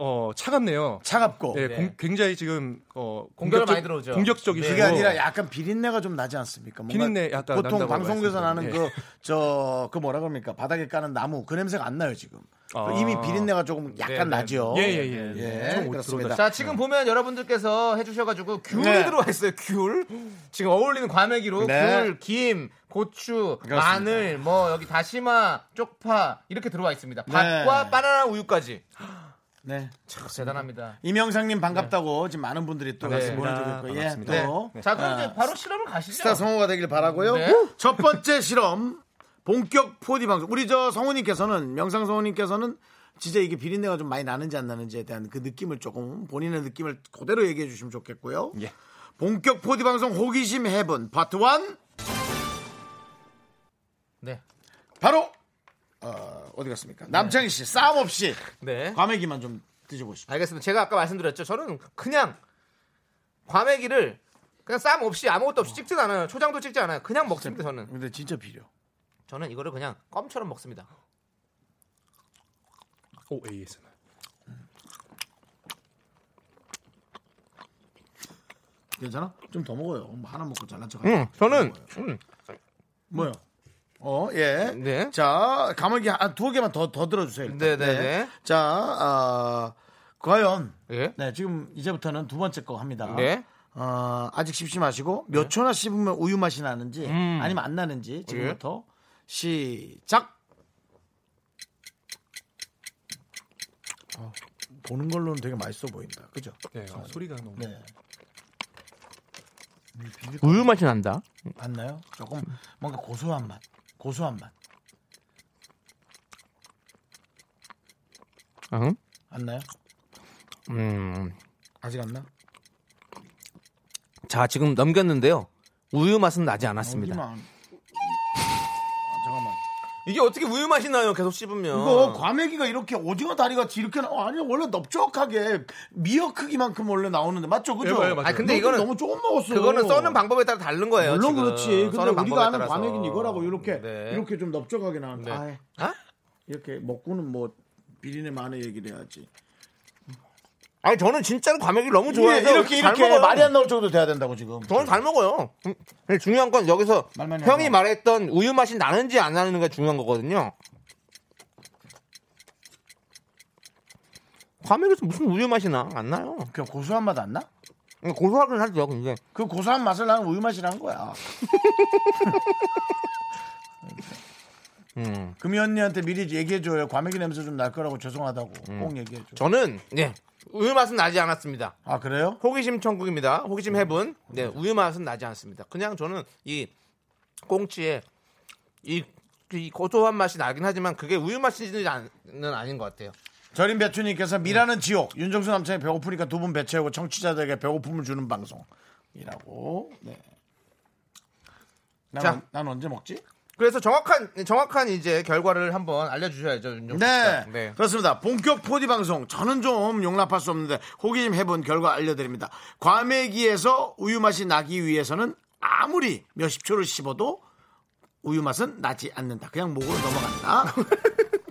Speaker 8: 어 차갑네요.
Speaker 1: 차갑고.
Speaker 8: 예,
Speaker 2: 네.
Speaker 8: 공- 굉장히 지금 어
Speaker 2: 공격을
Speaker 8: 공격적-
Speaker 2: 많이 들어오죠.
Speaker 8: 공격적이시고
Speaker 1: 그게 아니라 약간 비린내가 좀 나지 않습니까? 뭔가
Speaker 8: 비린내 약간
Speaker 1: 보통
Speaker 8: 난다고
Speaker 1: 방송국에서 나는
Speaker 8: 말씀드렸는데.
Speaker 1: 그 저 그 뭐라 그럽니까 바닥에 까는 나무 그 냄새가 안 나요 지금
Speaker 8: 아.
Speaker 1: 이미 비린내가 조금 약간
Speaker 2: 네, 네.
Speaker 1: 나죠.
Speaker 8: 예, 예, 예.
Speaker 1: 예,
Speaker 8: 엄청
Speaker 1: 그렇습니다.
Speaker 2: 자, 지금 보면 여러분들께서 해주셔가지고 귤이
Speaker 1: 네.
Speaker 2: 들어와 있어요. 귤. 지금 어울리는 과메기로
Speaker 1: 네.
Speaker 2: 귤, 김, 고추,
Speaker 1: 그렇습니다.
Speaker 2: 마늘, 뭐 여기 다시마, 쪽파 이렇게 들어와 있습니다. 밭과
Speaker 1: 네.
Speaker 2: 바나나 우유까지.
Speaker 1: 네.
Speaker 2: 참 대단합니다. 네.
Speaker 1: 이명상님 반갑다고 지금 많은 분들이 또 말씀 보내주고 있고 예,
Speaker 8: 반갑습니다.
Speaker 1: 또
Speaker 2: 자, 그럼 이제 바로 실험을 가시죠.
Speaker 1: 스타 성우가 되길 바라고요.
Speaker 2: 네.
Speaker 1: 첫 번째 실험 본격 4D 방송. 우리 저 성우님께서는 명상 성우님께서는 진짜 이게 비린내가 좀 많이 나는지 안 나는지에 대한 그 느낌을 조금 본인의 느낌을 그대로 얘기해 주시면 좋겠고요.
Speaker 8: 예.
Speaker 1: 본격 4D 방송 호기심 해본 파트 1
Speaker 2: 네.
Speaker 1: 바로 어, 어디 갔습니까? 남창희 씨 싸움 없이
Speaker 2: 네.
Speaker 1: 과메기만 좀 드셔보시죠.
Speaker 2: 알겠습니다. 제가 아까 말씀드렸죠. 저는 그냥 과메기를 그냥 쌈 없이 아무것도 없이 찍진 않아요. 초장도 찍지 않아요. 그냥 먹습니다. 저는
Speaker 1: 근데 진짜 필요.
Speaker 2: 저는 이거를 그냥 껌처럼 먹습니다.
Speaker 8: 오 ASMR.
Speaker 1: 괜찮아? 좀 더 먹어요. 뭐 하나 먹고 잘난 척.
Speaker 2: 음, 저는 음,
Speaker 1: 뭐요? 어, 예.
Speaker 2: 네.
Speaker 1: 자, 감옥이 한 두어 개만 더, 더 들어주세요. 일단.
Speaker 2: 네, 네, 네.
Speaker 1: 자, 아, 과연.
Speaker 2: 예.
Speaker 1: 네, 지금 이제부터는 두 번째 거 합니다.
Speaker 2: 네.
Speaker 1: 어, 아직 씹지 마시고 몇 초나 씹으면 우유 맛이 나는지
Speaker 2: 음.
Speaker 1: 아니면 안 나는지 지금부터 시작. 어, 보는 걸로는 되게 맛있어 보인다. 그죠?
Speaker 8: 네, 아, 소리가 너무.
Speaker 1: 네.
Speaker 2: 우유 맛이 난다.
Speaker 1: 봤나요? 조금
Speaker 8: 음.
Speaker 1: 뭔가 고소한 맛. 고소한 맛.
Speaker 2: 응?
Speaker 1: 안 나요?
Speaker 2: 음.
Speaker 1: 아직 안 나?
Speaker 2: 자, 지금 넘겼는데요. 우유 맛은 나지 않았습니다.
Speaker 1: 여기만. 아, 잠깐만.
Speaker 2: 이게 어떻게 우유 맛이 나요? 계속 씹으면.
Speaker 1: 이거 과메기가 이렇게 오징어 다리같이 이렇게 나- 어, 아니 원래 넓적하게 미어 크기만큼 원래 나오는데 맞죠 그죠?
Speaker 8: 예, 맞아요, 맞아요.
Speaker 2: 아니, 근데
Speaker 1: 너도
Speaker 2: 이거는-
Speaker 1: 너무 조금 먹었어.
Speaker 2: 그거는 써는 방법에 따라 다른 거예요.
Speaker 1: 물론
Speaker 2: 지금.
Speaker 1: 그렇지. 근데
Speaker 2: 써는 방법에
Speaker 1: 우리가 아는
Speaker 2: 따라서.
Speaker 1: 과메기는 이거라고 이렇게
Speaker 2: 네.
Speaker 1: 이렇게 좀 넓적하게 나오는데
Speaker 2: 네.
Speaker 1: 아이,
Speaker 2: 아?
Speaker 1: 이렇게 먹고는 뭐 비린내 많은 얘기를 해야지.
Speaker 2: 아니 저는 진짜로 과메기 너무
Speaker 1: 예,
Speaker 2: 좋아해요.
Speaker 1: 이렇게
Speaker 2: 잘
Speaker 1: 이렇게
Speaker 2: 먹어요.
Speaker 1: 말이 안 나올 정도 돼야 된다고 지금.
Speaker 2: 저는 잘 먹어요. 음, 근데 중요한 건 여기서
Speaker 1: 말 많이
Speaker 2: 형이
Speaker 1: 하죠.
Speaker 2: 말했던 우유 맛이 나는지 안 나는지가 중요한 거거든요. 과메기에서 무슨 우유 맛이 나? 안 나요. 그러니까
Speaker 1: 그 고소한 맛 안 나?
Speaker 2: 고소하긴 하죠. 근데
Speaker 1: 그 고소한 맛을 나는 우유 맛이라는 거야.
Speaker 2: 음.
Speaker 1: 금이 언니한테 미리 얘기해줘요. 과메기 냄새 좀 날 거라고 죄송하다고 꼭 얘기해줘.
Speaker 2: 음. 저는 네 우유 맛은 나지 않았습니다.
Speaker 1: 아 그래요?
Speaker 2: 호기심 천국입니다. 호기심 해분. 네 우유 맛은 나지 않습니다. 그냥 저는 이 꽁치에 이, 이 고소한 맛이 나긴 하지만 그게 우유 맛이는 안- 는 아닌 것 같아요.
Speaker 1: 절인 배추님께서 미라는 지옥 윤정수 남창이 배고프니까 두 분 배채우고 청취자들에게 배고픔을 주는 방송이라고 네. 난,
Speaker 2: 자.
Speaker 1: 언- 난 언제 먹지?
Speaker 2: 그래서 정확한 정확한 이제 결과를 한번 알려주셔야죠 윤종
Speaker 1: 네,
Speaker 2: 네.
Speaker 1: 그렇습니다. 본격 포디 방송 저는 좀 용납할 수 없는데 호기심 해본 결과 알려드립니다. 과메기에서 우유 맛이 나기 위해서는 아무리 몇십 초를 씹어도 우유 맛은 나지 않는다. 그냥 목으로 넘어간다.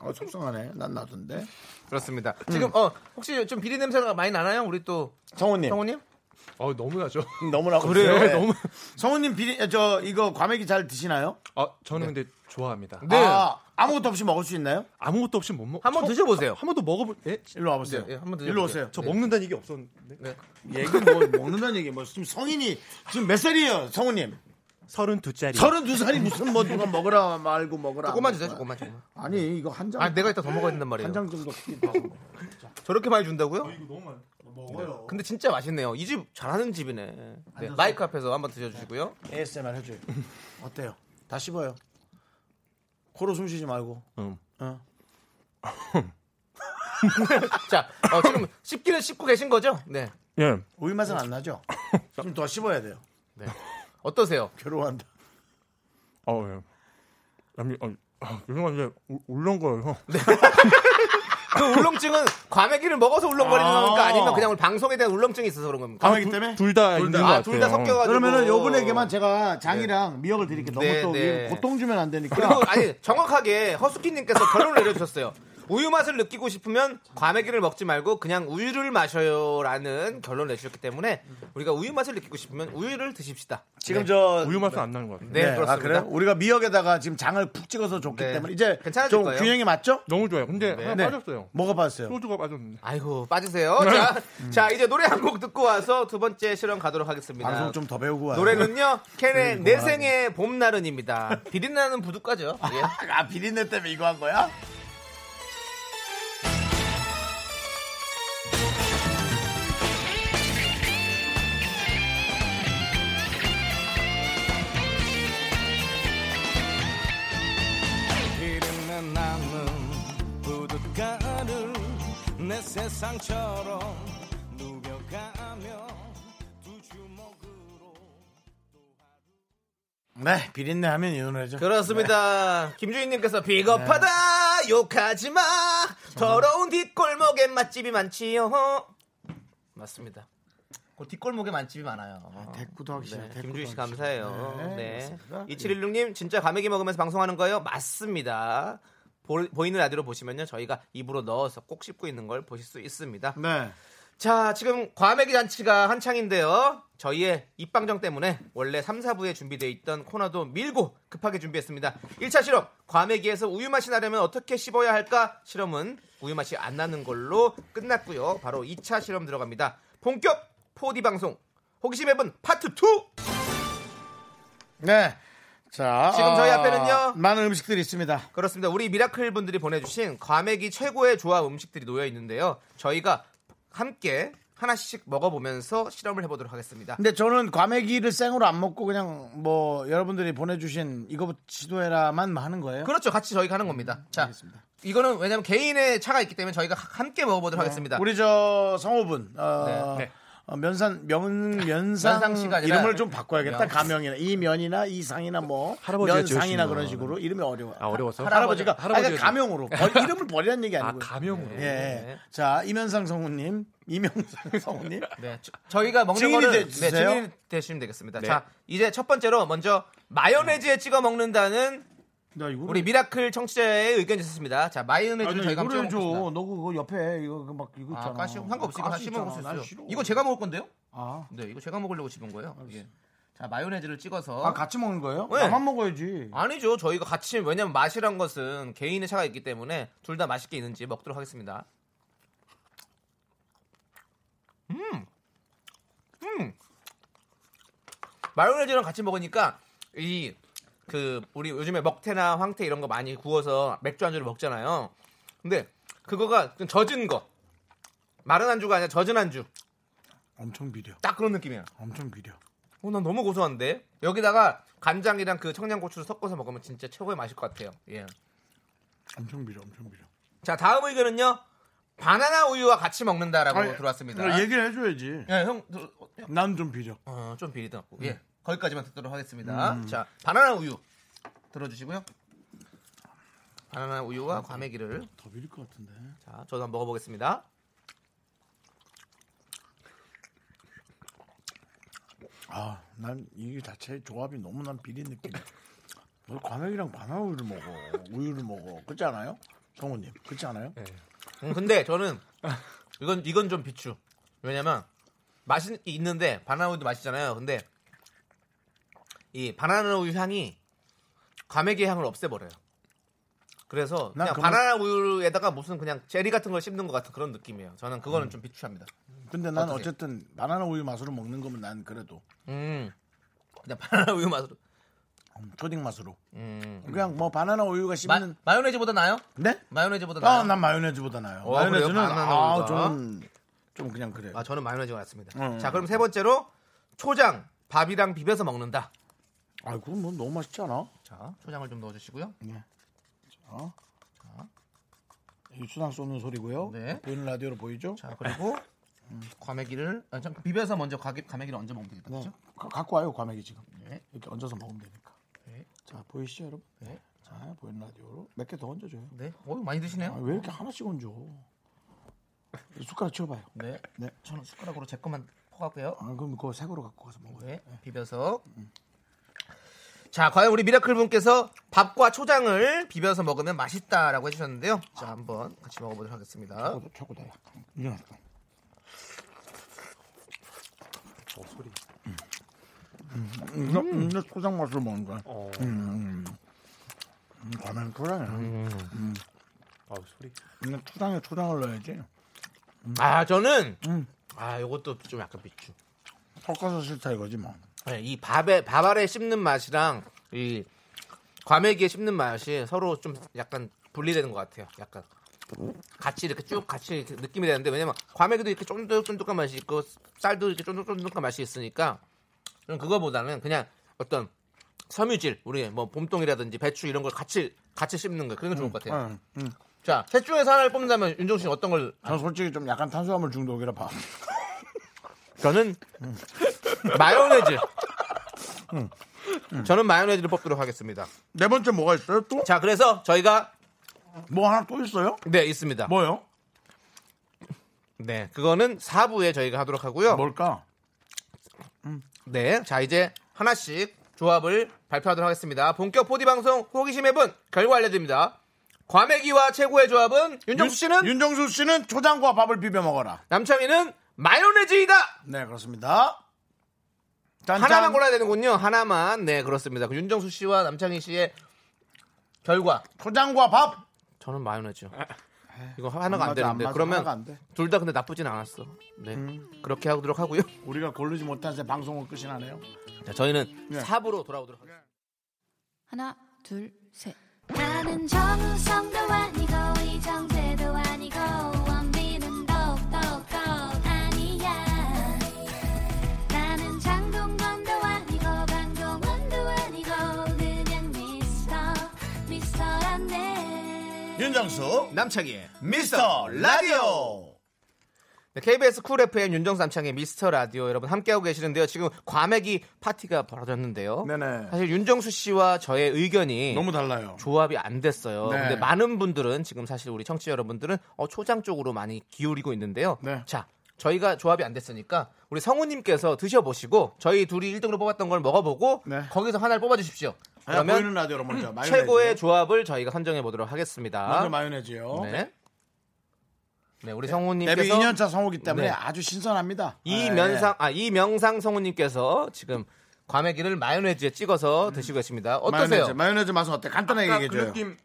Speaker 1: 어, 속상하네. 난 나던데.
Speaker 2: 그렇습니다.
Speaker 1: 음.
Speaker 2: 지금 어 혹시 좀 비리 냄새가 많이 나나요? 우리 또
Speaker 1: 성우님.
Speaker 2: 성우님?
Speaker 8: 어, 너무나죠.
Speaker 1: 너무 나고
Speaker 8: 그래요?
Speaker 1: 있어요. 네.
Speaker 8: 너무-
Speaker 1: 성우님 비리 아, 저 이거 과메기 잘 드시나요?
Speaker 8: 아, 저는 근데 좋아합니다.
Speaker 2: 네.
Speaker 1: 아, 아무것도 없이 먹을 수 있나요?
Speaker 8: 아무것도 없이 못 먹.
Speaker 2: 한번
Speaker 8: 처-
Speaker 2: 드셔보세요.
Speaker 8: 한 번도 먹어볼. 예?
Speaker 1: 일로 와보세요.
Speaker 2: 네, 예, 한번 드셔보세요.
Speaker 1: 일로 오세요.
Speaker 8: 저 먹는다는 얘기 없었는데.
Speaker 1: 얘기 뭐 먹는다는 얘기 뭐 지금 성인이 지금 몇 살이에요, 성우님?
Speaker 8: 서른 두 짜리.
Speaker 1: 서른 두 살이 무슨 뭐 누가 먹으라 말고 아, 먹으라.
Speaker 2: 조금만
Speaker 1: 안
Speaker 2: 주세요.
Speaker 1: 먹으라.
Speaker 2: 조금만 조금만.
Speaker 1: 아니 아, 뭐. 이거 한 장.
Speaker 2: 아 내가 이따 더 먹어야 된단 말이에요.
Speaker 1: 한 장 *laughs* 정도 킵하고 먹어.
Speaker 2: 저렇게 어, 많이 준다고요?
Speaker 1: 먹어요.
Speaker 2: 근데 진짜 맛있네요. 이 집 잘하는 집이네. 네, 마이크 앞에서 한번 드셔주시고요.
Speaker 1: ASMR 해줘요. *laughs* 어때요? 다 씹어요. 코로 숨 쉬지 말고.
Speaker 2: 자, 어, 지금 씹기는 씹고 계신 거죠? 네.
Speaker 8: 예.
Speaker 1: 우유 맛은 안 나죠? 좀 더 씹어야 돼요.
Speaker 2: 어떠세요?
Speaker 1: 괴로워한다.
Speaker 8: 아, 예. 남이, 아, 아, 죄송한데 울- 울렁 거예요.
Speaker 2: 그 울렁증은 과메기를 먹어서 울렁거리는
Speaker 1: 아.
Speaker 2: 겁니까? 아니면 그냥 우리 방송에 대한 울렁증이 있어서 그런 겁니까?
Speaker 1: 과메기 때문에?
Speaker 8: 아, 둘다
Speaker 1: 둘 다.
Speaker 8: 있는 것
Speaker 2: 아
Speaker 8: 같아요.
Speaker 2: 둘 다 섞여가지고.
Speaker 1: 그러면은 요분에게만 제가 장이랑 미역을 드릴게요. 너무
Speaker 2: 네,
Speaker 1: 또
Speaker 2: 네.
Speaker 1: 고통 주면 안 되니까. *laughs*
Speaker 2: 그리고 아니 정확하게 허스키님께서 결론을 내려주셨어요. 우유 맛을 느끼고 싶으면 과메기를 먹지 말고 그냥 우유를 마셔요라는 결론을 내주셨기 때문에 우리가 우유 맛을 느끼고 싶으면 우유를 드십시다.
Speaker 1: 지금 저
Speaker 8: 우유 맛은 안 나는 것 같아요.
Speaker 2: 네, 그렇습니다.
Speaker 1: 아, 그래요? 우리가 미역에다가 지금 장을 푹 찍어서 줬기
Speaker 2: 네.
Speaker 1: 때문에 이제
Speaker 2: 괜찮아질
Speaker 1: 좀
Speaker 2: 거예요.
Speaker 1: 균형이 맞죠?
Speaker 8: 너무 좋아요. 근데 하나
Speaker 1: 네.
Speaker 8: 빠졌어요.
Speaker 1: 뭐가 봤어요?
Speaker 8: 소주가 빠졌는데.
Speaker 2: 아이고 빠지세요.
Speaker 1: 네.
Speaker 2: 자, 음. 자 이제 노래 한 곡 듣고 와서 두 번째 실험 가도록 하겠습니다.
Speaker 1: 방송 좀 더 배우고 와요. 네,
Speaker 2: 노래는요 켄의 내 생의 봄날은입니다. 비린내는 부둣가죠. 예.
Speaker 1: *laughs* 아 비린내 때문에 이거 한 거야?
Speaker 3: 이름에 남은 부둣가를 내 세상처럼 누벼가며 두 주먹으로
Speaker 1: 네 비린내 하면 이 노래죠.
Speaker 2: 그렇죠. 그렇습니다. 김주인님께서 비겁하다 욕하지 마 음. 더러운 뒷골목에 맛집이 많지요. 맞습니다. 그 뒷골목에 맛집이 많아요.
Speaker 1: 대꾸도 하기 싫어.
Speaker 2: 네, 김주희 씨 감사해요. 네.
Speaker 1: 이칠일
Speaker 2: 2716님 진짜 과메기 먹으면서 방송하는 거예요? 맞습니다. 보, 이는 라디오 보시면요 저희가 입으로 넣어서 꼭 씹고 있는 걸 보실 수 있습니다.
Speaker 1: 네.
Speaker 2: 자, 지금 과메기 잔치가 한창인데요. 저희의 입방정 때문에 원래 3, 4부에 준비되어 있던 코너도 밀고 급하게 준비했습니다. 1차 실험, 과메기에서 우유 맛이 나려면 어떻게 씹어야 할까? 실험은 우유 맛이 안 나는 걸로 끝났고요. 바로 2차 실험 들어갑니다. 본격 4D 방송, 호기심 해본 파트 2!
Speaker 1: 네. 자.
Speaker 2: 지금 저희
Speaker 1: 아,
Speaker 2: 앞에는요.
Speaker 1: 많은 음식들이 있습니다.
Speaker 2: 그렇습니다. 우리 미라클 분들이 보내주신 과메기 최고의 조합 음식들이 놓여 있는데요. 저희가 함께 하나씩 먹어보면서 실험을 해보도록 하겠습니다.
Speaker 1: 근데 저는 과메기를 생으로 안 먹고 그냥 뭐 여러분들이 보내주신 이거부터 시도해라만 하는 거예요.
Speaker 2: 그렇죠. 같이 저희가 하는 겁니다.
Speaker 1: 음,
Speaker 2: 자,
Speaker 1: 알겠습니다.
Speaker 2: 이거는 왜냐면 개인의 차가 있기 때문에 저희가 하- 함께 먹어보도록 하겠습니다.
Speaker 1: 네. 우리 저 성호분 어,
Speaker 8: 네. 네.
Speaker 1: 어, 면산 면 면상
Speaker 2: 면상 씨가 아니라
Speaker 1: 이름을 좀 바꿔야겠다.
Speaker 2: 면-
Speaker 1: 가명이나 이 면이나 이 상이나 뭐
Speaker 8: 할아버지가
Speaker 1: 면상이나
Speaker 8: 지으신 거.
Speaker 1: 그런 식으로 이름이 어려워.
Speaker 8: 아, 어려워서?
Speaker 1: 할아버지가
Speaker 8: 할아버지가-
Speaker 1: 아니, 그러니까 가명으로 버- 이름을 버리라는 얘기
Speaker 8: 아
Speaker 1: 아니고요.
Speaker 8: 가명으로.
Speaker 2: 네.
Speaker 1: 예. 자 이면상 성우님, 이명상 *laughs* 성우님.
Speaker 2: 네, 저- 저희가 먹는
Speaker 1: 증인이
Speaker 2: 거는
Speaker 1: 되주세요. 네.
Speaker 2: 네, 증인 되시면 되겠습니다. 자, 이제 첫 번째로 먼저 마요네즈에 찍어 먹는다는
Speaker 1: 나 이거
Speaker 2: 우리 미라클 청취자의 의견이 있었습니다. 자, 마요네즈를 저희가 한번 찍어
Speaker 1: 이거를 줘.
Speaker 2: 먹겠습니다.
Speaker 1: 너 그거 옆에 이거 그막 이거
Speaker 2: 아,
Speaker 1: 있잖아. 그
Speaker 2: 가시 상관없이 이거
Speaker 1: 가시
Speaker 2: 씹어 먹을 수
Speaker 1: 있잖아. 난
Speaker 2: 있어요.
Speaker 1: 싫어.
Speaker 2: 이거 제가 먹을 건데요?
Speaker 1: 아.
Speaker 2: 네, 이거 제가 먹으려고 집은 거예요. 예. 자, 마요네즈를 찍어서
Speaker 1: 아 같이 먹는 거예요?
Speaker 2: 네.
Speaker 1: 나만 먹어야지.
Speaker 2: 아니죠. 저희가 같이 왜냐면 맛이란 것은 개인의 차가 있기 때문에 둘 다 맛있게 있는지 먹도록 하겠습니다. 음, 음, 마요네즈랑 같이 먹으니까 이 그 우리 요즘에 먹태나 황태 이런 거 많이 구워서 맥주 안주를 먹잖아요. 근데 그거가 좀 젖은 거 마른 안주가 아니라 젖은 안주
Speaker 1: 엄청 비려.
Speaker 2: 딱 그런 느낌이야.
Speaker 1: 엄청 비려.
Speaker 2: 어, 난 너무 고소한데 여기다가 간장이랑 그 청양고추를 섞어서 먹으면 진짜 최고의 맛일 것 같아요. 예.
Speaker 1: 엄청 비려. 엄청 비려.
Speaker 2: 자 다음 의견은요 바나나 우유와 같이 먹는다라고
Speaker 1: 아니,
Speaker 2: 뭐 들어왔습니다.
Speaker 1: 얘기를 해줘야지.
Speaker 2: 예, 형, 들- 어, 형,
Speaker 1: 난 좀 비려.
Speaker 2: 어, 좀 비리다 같고
Speaker 1: 음.
Speaker 2: 예 거기까지만 듣도록 하겠습니다. 자 바나나 우유 들어주시고요. 바나나 우유와 과메기를
Speaker 1: 더 비릴 것 같은데.
Speaker 2: 자 저도 한번 먹어보겠습니다.
Speaker 1: 아, 난 이게 자체 조합이 너무 난 비린 느낌이야. 왜 과메기랑 바나나 우유를 먹어? 우유를 먹어. 그렇지 않아요? 성우님, 그렇지 않아요?
Speaker 2: 음, 근데 저는 이건 이건 좀 비추. 왜냐면 맛이 있는데 바나나 우유도 맛있잖아요. 근데 이 바나나 우유 향이 과메기 향을 없애버려요. 그래서
Speaker 1: 난
Speaker 2: 그냥
Speaker 1: 그만-
Speaker 2: 바나나 우유에다가 무슨 그냥 젤리 같은 걸 씹는 것 같은 그런 느낌이에요. 저는 그거는 좀 비추합니다.
Speaker 1: 근데 난
Speaker 2: 어떠세요?
Speaker 1: 어쨌든 바나나 우유 맛으로 먹는 거면 난 그래도
Speaker 2: 음, 그냥 바나나 우유 맛으로.
Speaker 1: 음, 초딩 맛으로.
Speaker 2: 음.
Speaker 1: 그냥 뭐 바나나 우유가
Speaker 2: 마,
Speaker 1: 씹는.
Speaker 2: 마요네즈보다 나요?
Speaker 1: 네?
Speaker 2: 마요네즈보다 나요?
Speaker 1: 아, 난 마요네즈보다 나요.
Speaker 2: 어,
Speaker 1: 마요네즈는
Speaker 2: 그래요? 바나나
Speaker 1: 아,
Speaker 2: 우유가?
Speaker 1: 저는 좀 그냥 그래.
Speaker 2: 아, 저는 마요네즈가 낫습니다.
Speaker 1: 음,
Speaker 2: 자,
Speaker 1: 음.
Speaker 2: 그럼 세 번째로 초장 밥이랑 비벼서 먹는다.
Speaker 1: 아, 그건 뭐 너무 맛있지 않아? 네.
Speaker 2: 자, 초장을 좀 넣어주시고요.
Speaker 1: 어? 이 수상 쏘는 소리고요.
Speaker 2: 네.
Speaker 1: 보이는 라디오로 보이죠?
Speaker 2: 자 그리고 음, 과메기를 아, 잠깐 비벼서 먼저 과메, 과메기를 얹어 먹으면 되겠다
Speaker 1: 네.
Speaker 2: 그죠?
Speaker 1: 가- 갖고 와요 과메기 지금.
Speaker 2: 네.
Speaker 1: 이렇게 얹어서 먹으면 되니까.
Speaker 2: 네.
Speaker 1: 자 보이시죠 여러분?
Speaker 2: 네.
Speaker 1: 자 보이는 라디오로 몇 개 더 얹어줘요.
Speaker 2: 네. 어 많이
Speaker 1: 아,
Speaker 2: 드시네요
Speaker 1: 왜 이렇게 하나씩 얹어? 숟가락 치워봐요.
Speaker 2: 네.
Speaker 1: 네.
Speaker 2: 저는 숟가락으로 제 것만 퍼갈게요
Speaker 1: 아, 그럼 그거 색으로 갖고 가서 먹어요.
Speaker 2: 네 비벼서 자 과연 우리 미라클 분께서 밥과 초장을 비벼서 먹으면 맛있다라고 해주셨는데요 자 한번 같이 먹어보도록 하겠습니다
Speaker 1: 최고다, 최고다. 뭐 약간. 일어났다. 어 소리. 음. 음. 이거 이거 초장 맛으로 먹는 거야.
Speaker 2: 어.
Speaker 1: 음. 음, 과메기 초장이야. 음.
Speaker 8: 아 소리.
Speaker 1: 이거 초장에 초장을 넣어야지.
Speaker 2: 아 저는
Speaker 1: 음.
Speaker 2: 아 요것도 좀 약간 비추
Speaker 1: 섞어서 싫다 이거지 뭐.
Speaker 2: 네, 이 밥에 밥 아래 씹는 맛이랑 이 과메기에 씹는 맛이 서로 좀 약간 분리되는 것 같아요. 약간 같이 이렇게 쭉 같이 이렇게 느낌이 되는데 왜냐면 과메기도 이렇게 쫀득쫀득한 맛이 있고 쌀도 이렇게 쫀득쫀득한 맛이 있으니까 저는 그거보다는 그냥 어떤 섬유질 우리 뭐 봄동이라든지 배추 이런 걸 같이 같이 씹는 거 그런 게 좋을 것 같아요.
Speaker 1: 응, 응.
Speaker 2: 자, 셋 중에서 하나를 뽑는다면 윤종 씨는 어떤 걸?
Speaker 1: 저 솔직히 좀 약간 탄수화물 중독이라 봐.
Speaker 2: 저는 마요네즈. 저는 마요네즈를 뽑도록 하겠습니다.
Speaker 1: 네 번째 뭐가 있어요? 또?
Speaker 2: 자, 그래서 저희가
Speaker 1: 뭐 하나 또 있어요?
Speaker 2: 네 있습니다.
Speaker 1: 뭐요?
Speaker 2: 네, 그거는 4부에 저희가 하도록 하고요.
Speaker 1: 뭘까?
Speaker 2: 네, 자 이제 하나씩 조합을 발표하도록 하겠습니다. 본격 4D 방송 호기심 해본 결과 알려드립니다. 과메기와 최고의 조합은 윤정수 씨는
Speaker 1: 윤- 윤정수 씨는 초장과 밥을 비벼 먹어라.
Speaker 2: 남창희는 마요네즈이다.
Speaker 1: 네, 그렇습니다. 짠짠.
Speaker 2: 하나만 골라야 되는군요. 하나만. 네, 그렇습니다. 그 윤정수 씨와 남창희 씨의 결과.
Speaker 1: 초장과 밥.
Speaker 2: 저는 마요네즈. 이거 하나가
Speaker 1: 아, 맞아,
Speaker 2: 안 되는데.
Speaker 1: 맞아, 하나가 안
Speaker 2: 그러면
Speaker 1: 돼. 음.
Speaker 2: 둘 다 근데 나쁘진 않았어. 네. 그렇게 하도록 하고요.
Speaker 1: 우리가 고르지 못한 새 방송을 끝이 나네요.
Speaker 2: 자, 저희는
Speaker 1: 네.
Speaker 2: 사 4부로 돌아오도록 하겠습니다.
Speaker 9: 하나, 둘, 셋.
Speaker 4: 나는 정우성도 아니고 이정재도 아니고 원빈은 더욱더 아니야 나는 장동건도 아니고 강동원도 아니고 그냥 미스터 미스터란데
Speaker 1: 윤정수
Speaker 2: 남창희의
Speaker 1: 미스터 라디오.
Speaker 2: 네, KBS 쿨 FM 윤정수 남창의 미스터 라디오 여러분 함께하고 계시는데요. 지금 과메기 파티가 벌어졌는데요.
Speaker 1: 네네.
Speaker 2: 사실 윤정수 씨와 저의 의견이
Speaker 1: 너무 달라요.
Speaker 2: 조합이 안 됐어요.
Speaker 1: 네.
Speaker 2: 근데 많은 분들은 지금 사실 우리 청취자 여러분들은 어, 초장 쪽으로 많이 기울이고 있는데요.
Speaker 1: 네.
Speaker 2: 자, 저희가 조합이 안 됐으니까 우리 성우님께서 드셔보시고 저희 둘이 1등으로 뽑았던 걸 먹어보고
Speaker 1: 네.
Speaker 2: 거기서 하나를 뽑아주십시오.
Speaker 1: 아, 보이는
Speaker 2: 그러면 음,
Speaker 1: 라디오로 먼저 마요네즈.
Speaker 2: 최고의 조합을 저희가 선정해 보도록 하겠습니다.
Speaker 1: 먼저 마요네즈요.
Speaker 2: 네. 네, 우리
Speaker 1: 데뷔
Speaker 2: 성우님께서
Speaker 1: 2년차 성우기 때문에
Speaker 2: 네.
Speaker 1: 아주 예, 신선합니다.
Speaker 2: 이명상 아 이명상 성우님께서 지금 과메기를 마요네즈에 찍어서 드시고 계십니다. 어떠세요?
Speaker 1: 음. 마요네즈, 마요네즈 맛은 어때? 간단하게
Speaker 8: 아까
Speaker 1: 얘기해
Speaker 8: 그
Speaker 1: 줘요.
Speaker 8: 느낌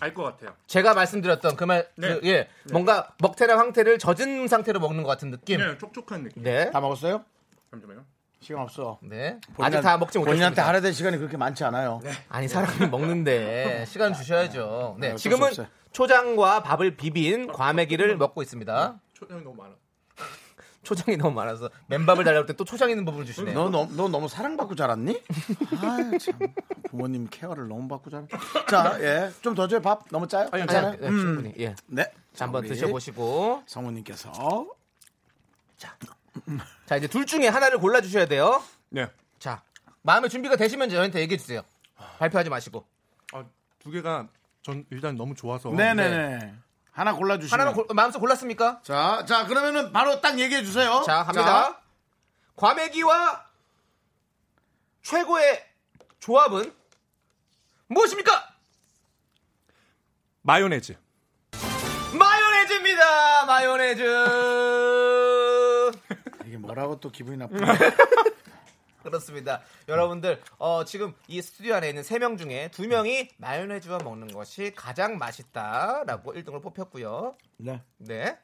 Speaker 8: 알 것 같아요.
Speaker 2: 제가 말씀드렸던 그말
Speaker 8: 네.
Speaker 2: 예. 뭔가 먹태랑 황태를 젖은 상태로 먹는 것 같은 느낌.
Speaker 8: 그냥 촉촉한 느낌.
Speaker 2: 네.
Speaker 1: 다 먹었어요?
Speaker 8: 잠시만요.
Speaker 1: 시간 없어.
Speaker 2: 네.
Speaker 1: 본인한-
Speaker 2: 아직 다 먹지
Speaker 1: 본인한테
Speaker 2: 못했습니다.
Speaker 1: 하아될 시간이 그렇게 많지 않아요.
Speaker 2: 아니 사람이 먹는데 시간 주셔야죠. 네.
Speaker 1: 아, 어쩔 수
Speaker 2: 지금은
Speaker 1: 없어요.
Speaker 2: 초장과 밥을 비빈 과메기를 먹고
Speaker 1: 네,
Speaker 2: 있습니다.
Speaker 8: 초장이 너무 많아.
Speaker 2: 초장이 너무 많아서 맨밥을 달라고 할 때 또 초장 있는 부분을 주시네요. 아,
Speaker 1: 너, 너, 너 너무 사랑받고 자랐니? 아유, 참. 부모님 케어를 너무 받고 자랐 자, 예. 좀 더 줘요, 밥. 너무 짜요?
Speaker 2: 네. 아니,
Speaker 1: 괜찮아요?
Speaker 2: 아니, 네,
Speaker 1: 음.
Speaker 2: 충분히. 예.
Speaker 1: 네.
Speaker 2: 자, 한번
Speaker 1: 우리
Speaker 2: 드셔보시고 어,
Speaker 1: 성우님께서.
Speaker 2: 자 이제 둘 중에 하나를 골라 주셔야 돼요.
Speaker 8: 네.
Speaker 2: 자 마음의 준비가 되시면 저희한테 얘기해 주세요. 발표하지 마시고
Speaker 8: 아, 두 개가 전 일단 너무 좋아서.
Speaker 1: 네네네. 하나 골라주시면.
Speaker 2: 하나만 골- 마음속 골랐습니까?
Speaker 1: 자, 자, 그러면은 바로 딱 얘기해주세요.
Speaker 2: 자 갑니다. 과메기와 최고의 조합은 무엇입니까?
Speaker 8: 마요네즈.
Speaker 2: 마요네즈입니다. 마요네즈. *laughs*
Speaker 1: 이게 뭐라고 또 기분이 나쁘
Speaker 2: 네. 그렇습니다. 여러분들 어, 지금 이 스튜디오 안에 있는 세 명 중에 두명이 마요네즈와 먹는 것이 가장 맛있다라고 1등을 뽑혔고요.
Speaker 1: 네.
Speaker 2: 네.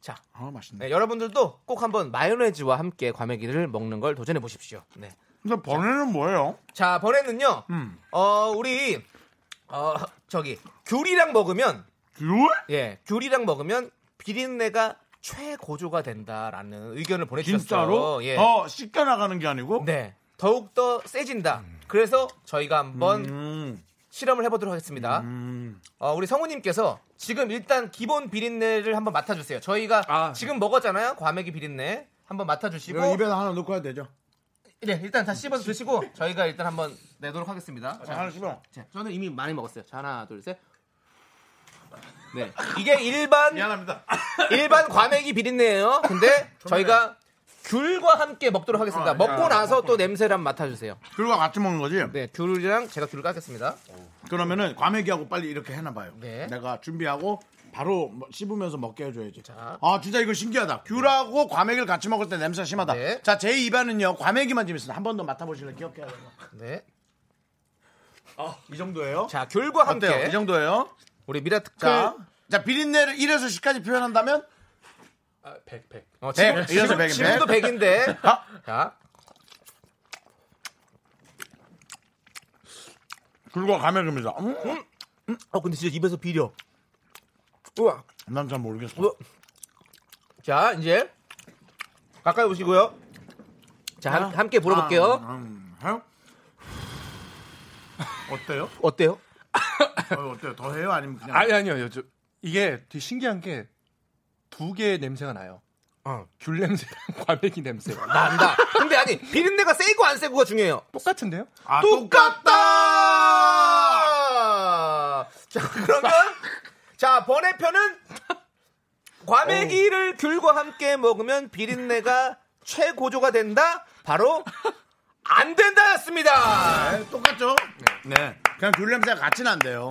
Speaker 2: 자,
Speaker 1: 아, 맛있네.
Speaker 2: 네, 여러분들도 꼭 한번 마요네즈와 함께 과메기를 먹는 걸 도전해 보십시오. 네.
Speaker 1: 근데 번외는 뭐예요?
Speaker 2: 자, 번에는요.
Speaker 1: 음.
Speaker 2: 어, 우리 어, 저기 귤이랑 먹으면
Speaker 1: 귤?
Speaker 2: 예, 귤이랑 먹으면 비린내가 최고조가 된다라는 의견을 보내 주셨어요.
Speaker 1: 진짜로?
Speaker 2: 예.
Speaker 1: 어, 씻겨 나가는 게 아니고?
Speaker 2: 네. 더욱 더 세진다. 그래서 저희가 한번
Speaker 1: 음,
Speaker 2: 실험을 해보도록 하겠습니다. 어, 우리 성우님께서 지금 일단 기본 비린내를 한번 맡아주세요. 저희가
Speaker 8: 아.
Speaker 2: 지금 먹었잖아요. 과메기 비린내 한번 맡아주시고
Speaker 1: 이거 입에다 하나 넣고 해야 되죠.
Speaker 2: 네, 일단 다 씹어서 드시고 저희가 일단 한번 내도록 하겠습니다.
Speaker 1: 자,
Speaker 2: 자,
Speaker 1: 하나 씹어.
Speaker 2: 자, 저는 이미 많이 먹었어요. 자, 하나, 둘, 셋. 네, 이게 일반
Speaker 1: 미안합니다. *coughs*
Speaker 2: 일반 과메기 비린내예요. 근데 저희가 귤과 함께 먹도록 하겠습니다.
Speaker 1: 아,
Speaker 2: 먹고
Speaker 1: 야,
Speaker 2: 나서 또 냄새를 한번 맡아주세요.
Speaker 1: 귤과 같이 먹는 거지?
Speaker 2: 네, 귤이랑 제가 귤을 깎겠습니다.
Speaker 1: 그러면은 과메기하고 빨리 이렇게 해놔 봐요.
Speaker 2: 네.
Speaker 1: 내가 준비하고 바로 뭐- 씹으면서 먹게 해줘야지.
Speaker 2: 자.
Speaker 1: 아 진짜 이거 신기하다. 귤하고 과메기를 같이 먹을 때 냄새 가 심하다.
Speaker 2: 네.
Speaker 1: 자 제 입안은요 과메기만 좀 있어요. 한 번 더 맡아보실래 기억해야 돼요. 아,
Speaker 2: 네,
Speaker 1: 이 정도예요?
Speaker 2: 자, 귤과 함께
Speaker 1: 어때요? 이 정도예요?
Speaker 2: 우리 미라특
Speaker 1: 자, 자 비린내를 1에서 10까지 표현한다면
Speaker 8: 아, 100, 100.
Speaker 2: 어,
Speaker 1: 백,
Speaker 2: 지금,
Speaker 1: 이어서 백인데.
Speaker 2: 도 100인데.
Speaker 1: 아.
Speaker 2: 자,
Speaker 1: 귤과 과메기입니다. 음?
Speaker 2: 어 근데 진짜 입에서 비려. 우와.
Speaker 1: 난 잘 모르겠어.
Speaker 2: 우와. 자, 이제 가까이 오시고요. 자, 함- 함께 물어볼게요.
Speaker 1: 아, 음, 해요? 어때요?
Speaker 2: 어때요?
Speaker 1: 어, 어때요? 더 해요? 아니면 그냥?
Speaker 8: 아니 아니요. 요즘 이게 되게 신기한 게 두 개의 냄새가 나요.
Speaker 2: 어.
Speaker 8: 귤 냄새랑 *laughs* 과메기 냄새.
Speaker 2: 난다. 근데 아니 비린내가 세고 안 세고가 중요해요.
Speaker 8: 똑같은데요?
Speaker 1: 아,
Speaker 2: 똑같다. 자, 그러면 자 번외편은 과메기를 귤과 함께 먹으면 비린내가 최고조가 된다. 바로 안 된다였습니다.
Speaker 1: 네, 똑같죠? 네. 그냥 귤 냄새가 같이 난대요.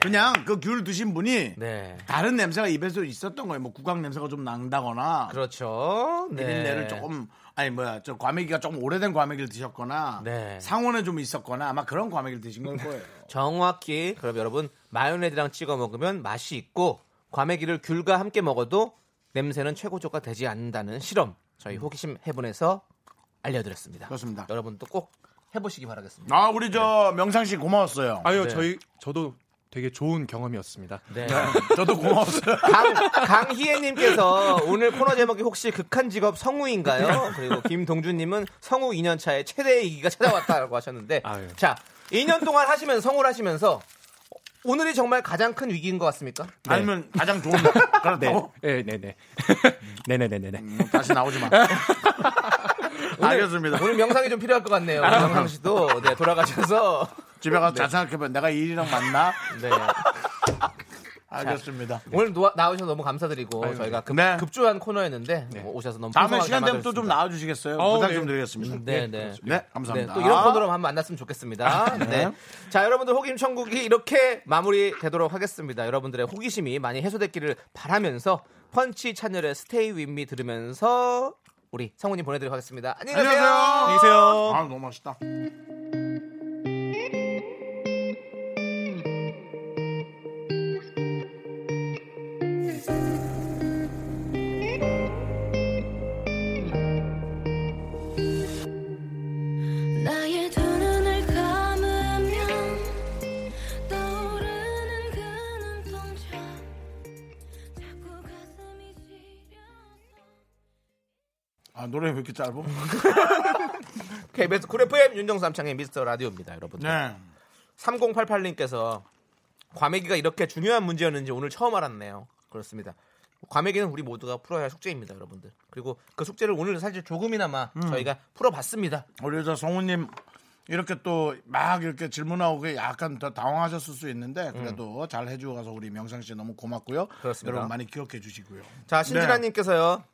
Speaker 1: 그냥 그 귤 드신 분이
Speaker 2: 네.
Speaker 1: 다른 냄새가 입에서 있었던 거예요. 뭐 구강 냄새가 좀 난다거나
Speaker 2: 그렇죠. 네.
Speaker 1: 비린내를 조금 아니 뭐야 저 과메기가 조금 오래된 과메기를 드셨거나
Speaker 2: 네.
Speaker 1: 상온에 좀 있었거나 아마 그런 과메기를 드신 걸
Speaker 2: *laughs*
Speaker 1: 거예요.
Speaker 2: 정확히 그럼 여러분 마요네즈랑 찍어 먹으면 맛이 있고 과메기를 귤과 함께 먹어도 냄새는 최고조가 되지 않는다는 실험 저희 호기심 해본에서 알려드렸습니다.
Speaker 1: 그렇습니다.
Speaker 2: 여러분도 꼭 해보시기 바라겠습니다.
Speaker 1: 아 우리 저 명상 씨 고마웠어요.
Speaker 8: 아유
Speaker 2: 네.
Speaker 8: 저희 저도 되게 좋은 경험이었습니다.
Speaker 2: 네. *laughs*
Speaker 1: 저도 고마웠어요.
Speaker 2: 강, 강희애님께서 오늘 코너 제목이 혹시 극한 직업 성우인가요? 그리고 김동준님은 성우 2년 차에 최대의 이기가 찾아왔다고 하셨는데,
Speaker 8: 아유.
Speaker 2: 자, 2년 동안 하시면 서 성우를 하시면서 오늘이 정말 가장 큰 위기인
Speaker 1: *laughs*
Speaker 2: 것 같습니까?
Speaker 1: 아니면 가장 좋은 날 그렇다고
Speaker 8: 네, 네, 네, *laughs* 네, 네, 네, 네, 네.
Speaker 1: 음, 다시 나오지
Speaker 2: *laughs*
Speaker 1: 마. 알겠습니다. 아.
Speaker 2: 오늘 명상이 좀 필요할 것 같네요. 오늘 명상 씨도 네, 돌아가셔서
Speaker 1: 집에 가서 잘 생각해봐. 내가 이 일이랑 맞나?
Speaker 2: 네,
Speaker 1: 알겠습니다.
Speaker 2: 오늘 누 나오셔서 너무 감사드리고 저희가 급,
Speaker 1: 네.
Speaker 2: 주한 코너였는데 뭐 오셔서 너무
Speaker 1: 다음에
Speaker 2: 풍성하게
Speaker 1: 시간 되면 또 좀
Speaker 2: 담아주셨습니다.
Speaker 1: 나와주시겠어요?
Speaker 8: 어우,
Speaker 1: 부탁
Speaker 8: 네.
Speaker 1: 좀 드리겠습니다.
Speaker 2: 네, 네.
Speaker 1: 네, 감사합니다.
Speaker 2: 네, 또 이런 코너로 한번 만났으면 좋겠습니다. 네. 자, 여러분들 호기심 천국이 이렇게 마무리되도록 하겠습니다. 여러분들의 호기심이 많이 해소됐기를 바라면서 펀치 찬열의 스테이 윗미 들으면서 우리 성훈님 보내드리도록 하겠습니다. 안녕히 가세요.
Speaker 1: 안녕히
Speaker 8: 계세요.
Speaker 1: 아, 너무 맛있다.
Speaker 5: 나의 두 눈을 감으면 떠오르는 그 눈동자 자꾸 가슴이 시려서
Speaker 1: 아, 노래 왜 이렇게 짧아?
Speaker 2: KBS 쿨 FM 윤정수 남창의 미스터 라디오입니다. 여러분들.
Speaker 1: 네.
Speaker 2: 3088님께서 과메기가 이렇게 중요한 문제였는지 오늘 처음 알았네요. 그렇습니다. 과메기는 우리 모두가 풀어야 할 숙제입니다, 여러분들. 그리고 그 숙제를 오늘 사실 조금이나마 저희가 풀어봤습니다.
Speaker 1: 우리 저 성우님 이렇게 또 막 이렇게 질문하고 그게 약간 더 당황하셨을 수 있는데 그래도 잘 해주셔서 우리 명상 씨 너무 고맙고요.
Speaker 2: 그렇습니다.
Speaker 1: 여러분 많이 기억해 주시고요.
Speaker 2: 자 신진아님께서요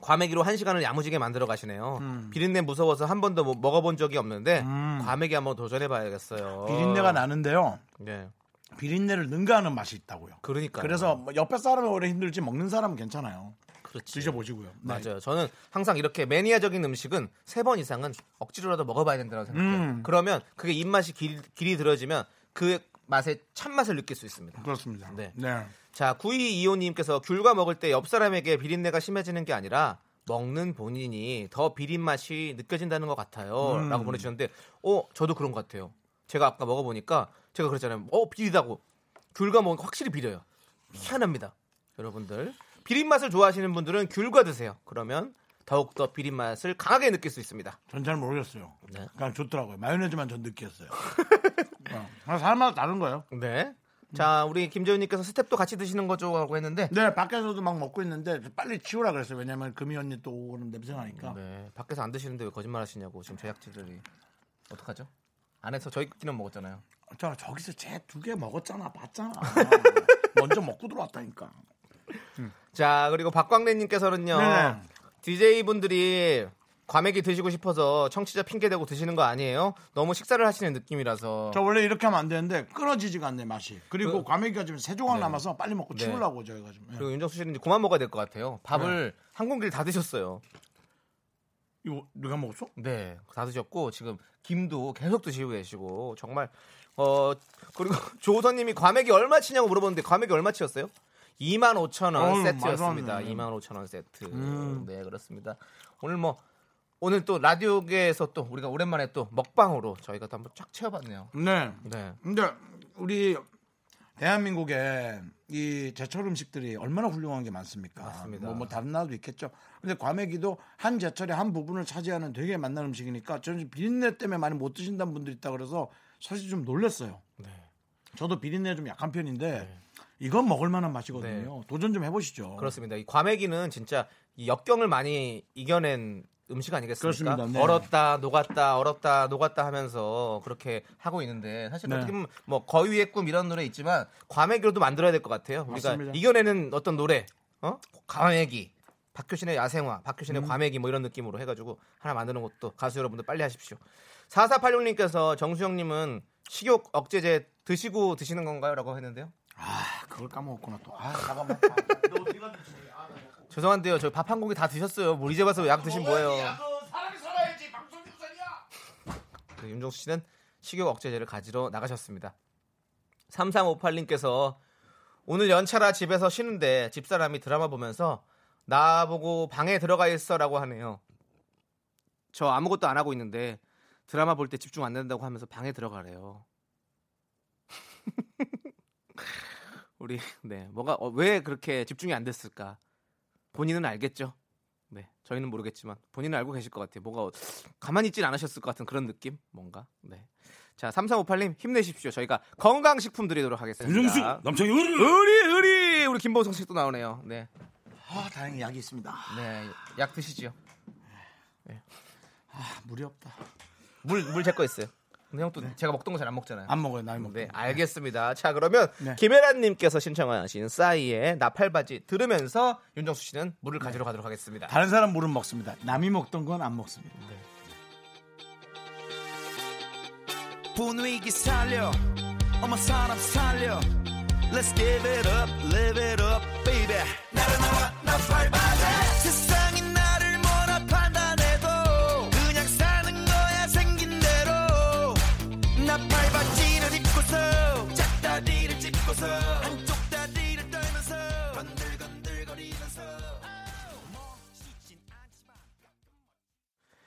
Speaker 2: 과메기로 한 시간을 야무지게 만들어 가시네요.
Speaker 1: 음.
Speaker 2: 비린내 무서워서 한 번도 뭐- 먹어본 적이 없는데 과메기 한번 도전해봐야겠어요.
Speaker 1: 비린내가 나는데요.
Speaker 2: 네,
Speaker 1: 비린내를 능가하는 맛이 있다고요.
Speaker 2: 그러니까.
Speaker 1: 그래서 뭐 옆에 사람은 오래 힘들지 먹는 사람은 괜찮아요.
Speaker 2: 그렇지.
Speaker 1: 드셔보시고요. 네.
Speaker 2: 맞아요. 저는 항상 이렇게 매니아적인 음식은 세 번 이상은 억지로라도 먹어봐야 된다고 생각해요.
Speaker 1: 음.
Speaker 2: 그러면 그게 입맛이 길, 길이 들어지면 그 맛의 참맛을 느낄 수 있습니다.
Speaker 1: 그렇습니다.
Speaker 2: 네.
Speaker 1: 네.
Speaker 2: 자, 9225님께서 귤과 먹을 때 옆 사람에게 비린내가 심해지는 게 아니라 먹는 본인이 더 비린 맛이 느껴진다는 것 같아요. 라고 보내주셨는데, 어, 저도 그런 것 같아요. 제가 아까 먹어보니까 제가 그랬잖아요. 어, 비리다고. 귤과 먹으니까 확실히 비려요. 희한합니다. 여러분들. 비린 맛을 좋아하시는 분들은 귤과 드세요. 그러면 더욱더 비린 맛을 강하게 느낄 수 있습니다.
Speaker 1: 전 잘 모르겠어요.
Speaker 2: 네.
Speaker 1: 그냥 좋더라고요. 마요네즈만 전
Speaker 2: *laughs*
Speaker 1: 느꼈어요. 어. 그냥 사람마다 다른 거예요.
Speaker 2: 네. 자, 우리 김재훈님께서 스텝도 같이 드시는 거죠? 라고 했는데,
Speaker 1: 네, 밖에서도 막 먹고 있는데 빨리 치우라 그랬어요. 왜냐면 금이 언니 또 오고 그러면 냄새 나니까.
Speaker 2: 네, 밖에서 안 드시는데 왜 거짓말 하시냐고 지금 제작진들이 어떡하죠? 안에서 저희끼리는 먹었잖아요.
Speaker 1: 저 저기서 쟤 두 개 먹었잖아. *laughs* 봤잖아. 먼저 먹고 들어왔다니까.
Speaker 2: 자, 그리고 박광래님께서는요.
Speaker 1: 네네.
Speaker 2: DJ 분들이 과메기 드시고 싶어서 청취자 핑계 대고 드시는 거 아니에요? 너무 식사를 하시는 느낌이라서.
Speaker 1: 저 원래 이렇게 하면 안 되는데 끊어지지가 않네 맛이. 어. 그리고
Speaker 2: 그-
Speaker 1: 과메기가 지금 세 조각 남아서 빨리 먹고
Speaker 2: 네.
Speaker 1: 치우려고 저희가 지금. 예.
Speaker 2: 그리고 윤정수 씨는 이제 그만 먹어야 될 것 같아요. 밥을
Speaker 1: 네.
Speaker 2: 한 공기를 다 드셨어요.
Speaker 1: 이거 누가 먹었어?
Speaker 2: 네, 다 드셨고 지금 김도 계속 드시고 계시고 정말 어 그리고 *laughs* 조우선님이 과메기 얼마 치냐고 물어보는데 과메기 얼마 치였어요? 2만 5천 원
Speaker 1: 어휴, 말도
Speaker 2: 세트였습니다.
Speaker 1: 안 돼.
Speaker 2: 2만 5천 원 세트.
Speaker 1: 음.
Speaker 2: 네, 그렇습니다. 오늘 뭐 오늘 또 라디오계에서 또 우리가 오랜만에 또 먹방으로 저희가 또 한번 쫙 채워봤네요.
Speaker 1: 네.
Speaker 2: 네,
Speaker 1: 근데 우리 대한민국에 이 제철 음식들이 얼마나 훌륭한 게 많습니까?
Speaker 2: 맞습니다.
Speaker 1: 뭐, 뭐 다른 나라도 있겠죠. 근데 과메기도 한 제철의 한 부분을 차지하는 되게 맛난 음식이니까 저는 지금 비린내 때문에 많이 못 드신다는 분들이 있다 그래서 사실 좀 놀랐어요.
Speaker 2: 네.
Speaker 1: 저도 비린내 좀 약한 편인데 이건 먹을 만한 맛이거든요. 도전 좀 해보시죠.
Speaker 2: 네. 그렇습니다. 이 과메기는 진짜 이 역경을 많이 이겨낸 음식 아니겠습니까?
Speaker 1: 그렇습니다. 네.
Speaker 2: 얼었다 녹았다 얼었다 녹았다 하면서 그렇게 하고 있는데 사실
Speaker 1: 네.
Speaker 2: 어떻게 보면 뭐 거위의 꿈 이런 노래 있지만 과메기로도 만들어야 될 것 같아요. 우리가
Speaker 1: 맞습니다.
Speaker 2: 이겨내는 어떤 노래, 어? 과메기. 박효신의 야생화, 박효신의
Speaker 1: 음.
Speaker 2: 과메기 뭐 이런 느낌으로 해가지고 하나 만드는 것도 가수 여러분들 빨리 하십시오. 4486님께서 정수영님은 식욕 억제제 드시고 드시는 건가요?라고 했는데요.
Speaker 1: 아, 그걸 까먹었구나 또. 아, 까먹었다.
Speaker 2: 죄송한데요. 저희 밥 한 공기 다 드셨어요. 뭘 이제 와서 약 드신 거예요. 그 윤종수 씨는 식욕 억제제를 가지러 나가셨습니다. 3358님께서 오늘 연차라 집에서 쉬는데 집사람이 드라마 보면서 나보고 방에 들어가 있어라고 하네요. 저 아무것도 안 하고 있는데 드라마 볼 때 집중 안 된다고 하면서 방에 들어가래요. *laughs* 우리 네 뭐가 어, 왜 그렇게 집중이 안 됐을까? 본인은 알겠죠. 네, 저희는 모르겠지만 본인은 알고 계실 것 같아요. 뭐가 어- 가만히 있진 않으셨을 것 같은 그런 느낌? 뭔가. 네. 자, 3358님 힘내십시오. 저희가 건강식품 드리도록 하겠습니다.
Speaker 10: 윤정수 남창희 의리
Speaker 2: 의리 의리 우리 김보성 씨도 나오네요. 네.
Speaker 1: 아, 다행히 약이 있습니다.
Speaker 2: 네. 약 드시죠.
Speaker 1: 아, 물이 없다.
Speaker 2: 물 물 제 거 있어요. 근데 형 또
Speaker 10: 네.
Speaker 2: 제가 먹던 거 잘 안 먹잖아요.
Speaker 1: 안 먹어요, 나이 먹고.
Speaker 2: 네, 알겠습니다. 자, 그러면
Speaker 1: 네.
Speaker 2: 김혜란님께서 신청하신 싸이의 나팔바지 들으면서 윤정수 씨는 물을 가지러 가도록 하겠습니다. 네.
Speaker 1: 다른 사람 물은 먹습니다. 남이 먹던 건 안 먹습니다.
Speaker 3: 분위기 살려 어머 사람 살려 Let's give it up, live it up, baby 나른나와 나팔바지 세상이 나를 뭐라 판단해도 그냥 사는 거야 생긴 대로 나팔바지를 입고서 짝다리를 짚고서 한쪽 다리를 떨면서 건들건들거리면서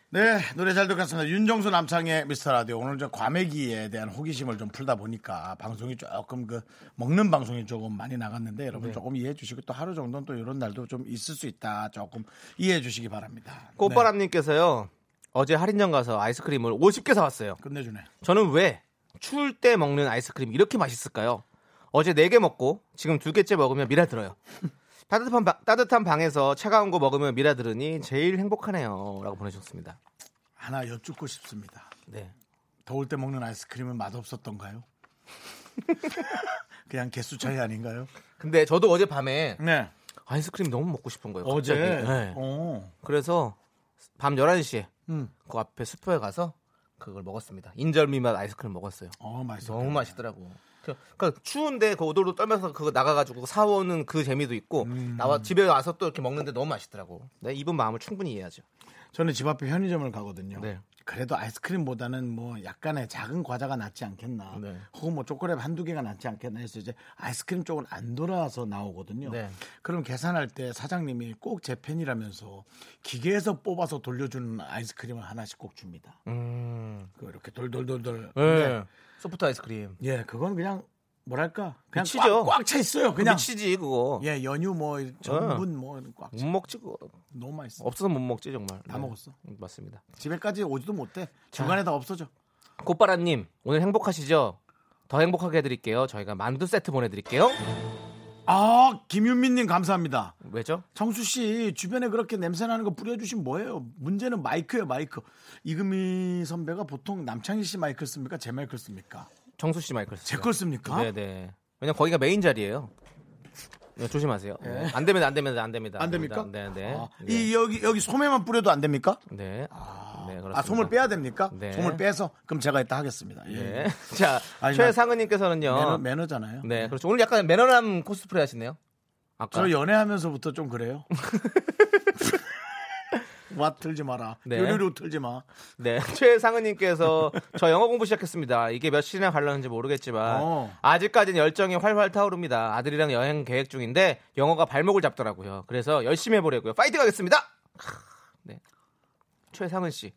Speaker 1: 네, 노래 잘 듣겠습니다. 윤정수 남창의 미스터 라디오. 오늘 저 과메기에 대한 호기심을 좀 풀다 보니까 방송이 조금 그 먹는 방송이 조금 많이 나갔는데 여러분 조금 이해해 주시고 또 하루 정도는 또 이런 날도 좀 있을 수 있다. 조금 이해해 주시기 바랍니다. 네,
Speaker 2: 꽃바람님께서요 어제 할인점 가서 아이스크림을 50개 사왔어요.
Speaker 1: 끝내주네.
Speaker 2: 저는 왜 추울 때 먹는 아이스크림이 이렇게 맛있을까요? 어제 4개 먹고 지금 2개째 먹으면 미라 들어요. *laughs* 따뜻한, 바- 따뜻한 방에서 차가운 거 먹으면 미라 들으니 제일 행복하네요. 라고 보내주셨습니다.
Speaker 1: 하나 여쭙고 싶습니다.
Speaker 2: 네.
Speaker 1: 더울 때 먹는 아이스크림은 맛없었던가요? *laughs* 그냥 개수 차이 아닌가요?
Speaker 2: 근데 저도 어제 밤에
Speaker 1: 네.
Speaker 2: 아이스크림 너무 먹고 싶은 거예요.
Speaker 1: 어제.
Speaker 2: 갑자기. 네.
Speaker 1: 어.
Speaker 2: 그래서 밤 11시에
Speaker 1: 음.
Speaker 2: 그 앞에 슈퍼에 가서 그걸 먹었습니다. 인절미 맛 아이스크림 먹었어요.
Speaker 1: 어, 맛있어.
Speaker 2: 너무 맛있더라고. 그- 그러니까 추운데 그 오돌도 떨면서 그거 나가가지고 사오는 그 재미도 있고
Speaker 8: 음.
Speaker 2: 나와 집에 와서 또 이렇게 먹는데 너무 맛있더라고. 내 입은 마음을 충분히 이해하죠.
Speaker 1: 저는 집 앞에 편의점을 가거든요.
Speaker 2: 네.
Speaker 1: 그래도 아이스크림보다는 뭐 약간의 작은 과자가 낫지 않겠나.
Speaker 2: 네.
Speaker 1: 혹은 뭐 초콜릿 한두 개가 낫지 않겠나 해서 이제 아이스크림 쪽은 안 돌아서 나오거든요.
Speaker 2: 네.
Speaker 1: 그럼 계산할 때 사장님이 꼭 제 팬이라면서 기계에서 뽑아서 돌려주는 아이스크림을 하나씩 꼭 줍니다.
Speaker 2: 음.
Speaker 8: 음.
Speaker 1: 그 이렇게 돌돌돌돌. 근데
Speaker 2: 소프트 아이스크림.
Speaker 1: 예, 그건 그냥 뭐랄까 그냥
Speaker 2: 미치죠.
Speaker 1: 꽉 차 있어요. 그냥
Speaker 2: 미치지 그거.
Speaker 1: 예, 연유 뭐 전분 뭐꽉
Speaker 2: 못 먹지 그거.
Speaker 1: 너무 맛있어.
Speaker 2: 없어서 못 먹지 정말. 네.
Speaker 1: 다 먹었어.
Speaker 2: 맞습니다.
Speaker 1: 집에까지 오지도 못해. 중간에 다 없어져.
Speaker 2: 꽃바라님 오늘 행복하시죠? 더 행복하게 해드릴게요. 저희가 만두 세트 보내드릴게요.
Speaker 1: 아, 김윤민님 감사합니다.
Speaker 2: 왜죠?
Speaker 1: 정수 씨 주변에 그렇게 냄새 나는 거 뿌려주신 뭐예요? 문제는 마이크예요, 마이크. 이금희 선배가 보통 남창희 씨 마이크 씁니까? 제 마이크 씁니까?
Speaker 2: 정수 씨 마이클.
Speaker 1: 제 걸 씁니까?
Speaker 2: 네네. 왜냐 면 거기가 메인 자리예요. 네, 조심하세요. 안 됩니다, 안 됩니다, 안 됩니다.
Speaker 1: 예. 안 됩니까?
Speaker 2: 네네.
Speaker 1: 아, 이 여기 여기 소매만 뿌려도 안 됩니까?
Speaker 2: 네. 네, 그렇습니다.
Speaker 1: 아, 소을 빼야 됩니까?
Speaker 2: 네.
Speaker 1: 소을 빼서 그럼 제가 이따 하겠습니다. 예.
Speaker 2: 네. *laughs* 자,
Speaker 1: 아니,
Speaker 2: 최상은님께서는요.
Speaker 1: 매너, 매너잖아요.
Speaker 2: 네, 그렇죠. 오늘 약간 매너남 코스프레 하시네요. 아까.
Speaker 1: 저 연애하면서부터 좀
Speaker 2: *laughs*
Speaker 1: 그래요. 와 틀지 마라.
Speaker 2: 네.
Speaker 1: 요리로 틀지 마.
Speaker 2: 네. *laughs* 최상은님께서 저 영어 공부 시작했습니다. 이게 몇 시나 갈라는지 모르겠지만
Speaker 1: 어.
Speaker 2: 아직까지는 열정이 활활 타오릅니다. 아들이랑 여행 계획 중인데 영어가 발목을 잡더라고요. 그래서 열심히 해보려고요. 파이팅 하겠습니다. 크, 네. 최상은 씨.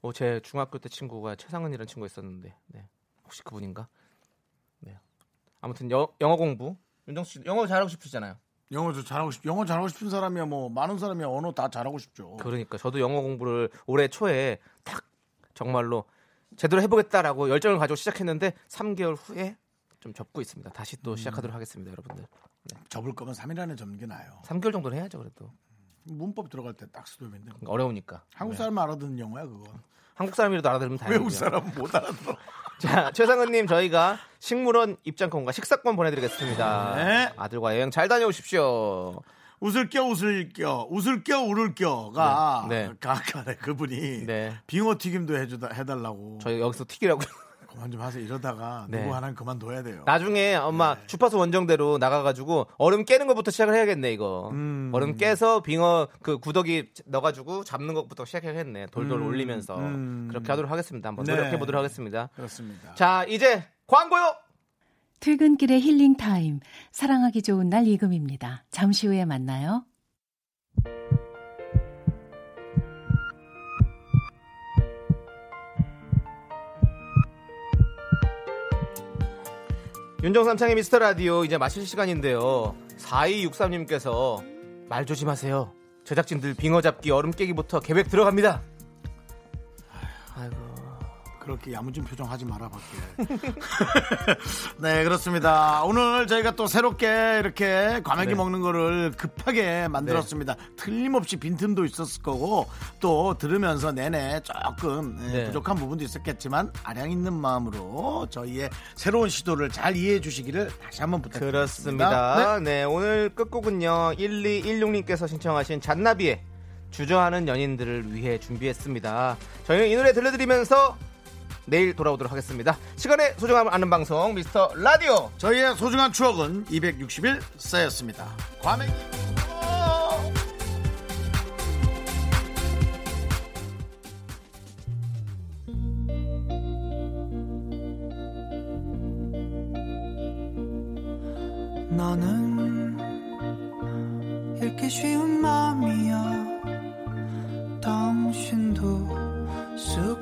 Speaker 2: 어, 제 중학교 때 친구가 최상은이라는 친구 가 있었는데 네. 혹시 그분인가? 네. 아무튼 여- 영어 공부. 윤정수 씨 영어 잘하고 싶으시잖아요.
Speaker 1: 영어 저 잘하고 싶 영어 잘하고 싶은 사람이야 뭐 많은 사람이야 언어 다 잘하고 싶죠.
Speaker 2: 그러니까 저도 영어 공부를 올해 초에 딱 정말로 제대로 해보겠다라고 열정을 가지고 시작했는데 3개월 후에 좀 접고 있습니다. 다시
Speaker 1: 음.
Speaker 2: 또 시작하도록 하겠습니다, 여러분들.
Speaker 1: 접을 거면 3일 안에 접는 게 나아요.
Speaker 2: 3개월 정도는 해야죠, 그래도
Speaker 1: 문법 들어갈 때 딱 수도인데
Speaker 2: 그러니까 어려우니까.
Speaker 1: 한국
Speaker 2: 네.
Speaker 1: 사람 알아듣는 영어야 그거.
Speaker 2: 한국 사람이라도 알아들으면 다행이죠.
Speaker 1: 외국 사람 못
Speaker 2: *laughs*
Speaker 1: 알아들어.
Speaker 2: 자, 최상은님 저희가 식물원 입장권과 식사권 보내드리겠습니다.
Speaker 1: 네.
Speaker 2: 아들과 여행 잘 다녀오십시오.
Speaker 1: 웃을 겨 웃을 겨 웃을 겨 울을 겨가
Speaker 2: 네, 네.
Speaker 1: 가까네 그분이
Speaker 2: 네.
Speaker 1: 빙어 튀김도 해주다 해달라고.
Speaker 2: 저희 여기서 튀기라고.
Speaker 1: 그만 좀 하세요. 이러다가
Speaker 2: 네.
Speaker 1: 누구 하나는 그만둬야 돼요.
Speaker 2: 나중에 엄마
Speaker 1: 네.
Speaker 2: 주파수 원정대로 나가가지고 얼음 깨는 것부터 시작을 해야겠네 이거.
Speaker 1: 음.
Speaker 2: 얼음 깨서 빙어 그 구더기 넣어가지고 잡는 것부터 시작해야겠네. 돌돌
Speaker 1: 음.
Speaker 2: 올리면서
Speaker 1: 음.
Speaker 2: 그렇게 하도록 하겠습니다. 한번
Speaker 1: 네.
Speaker 2: 노력해 보도록 하겠습니다.
Speaker 1: 그렇습니다.
Speaker 2: 자 이제 광고요.
Speaker 10: 퇴근길의 힐링 타임. 사랑하기 좋은 날 이금입니다. 잠시 후에 만나요.
Speaker 2: 윤정삼창의 미스터 라디오 이제 마칠 시간인데요. 4263님께서 말 조심하세요. 제작진들 빙어 잡기 얼음 깨기부터 계획 들어갑니다. 아이고.
Speaker 1: 그렇게 야무진 표정 하지 마라 밖에. *laughs* 네 그렇습니다. 오늘 저희가 또 새롭게 이렇게 과메기
Speaker 2: 네.
Speaker 1: 먹는 거를 급하게 만들었습니다. 틀림없이 빈틈도 있었을 거고 또 들으면서 내내 조금 예,
Speaker 2: 네.
Speaker 1: 부족한 부분도 있었겠지만 아량 있는 마음으로 저희의 새로운 시도를 잘 이해해 주시기를 다시 한번 부탁드립니다.
Speaker 2: 그렇습니다. 네. 오늘 끝곡은요. 1216님께서 신청하신 잔나비의 주저하는 연인들을 위해 준비했습니다. 저희는 이 노래 들려드리면서 내일 돌아오도록 하겠습니다. 시간의 소중함을 아는 방송 미스터 라디오.
Speaker 1: 저희의 소중한 추억은 261 쌓였습니다. 과메기. 먹어!
Speaker 6: 나는 이렇게 쉬운 마음이야 당신도 쑥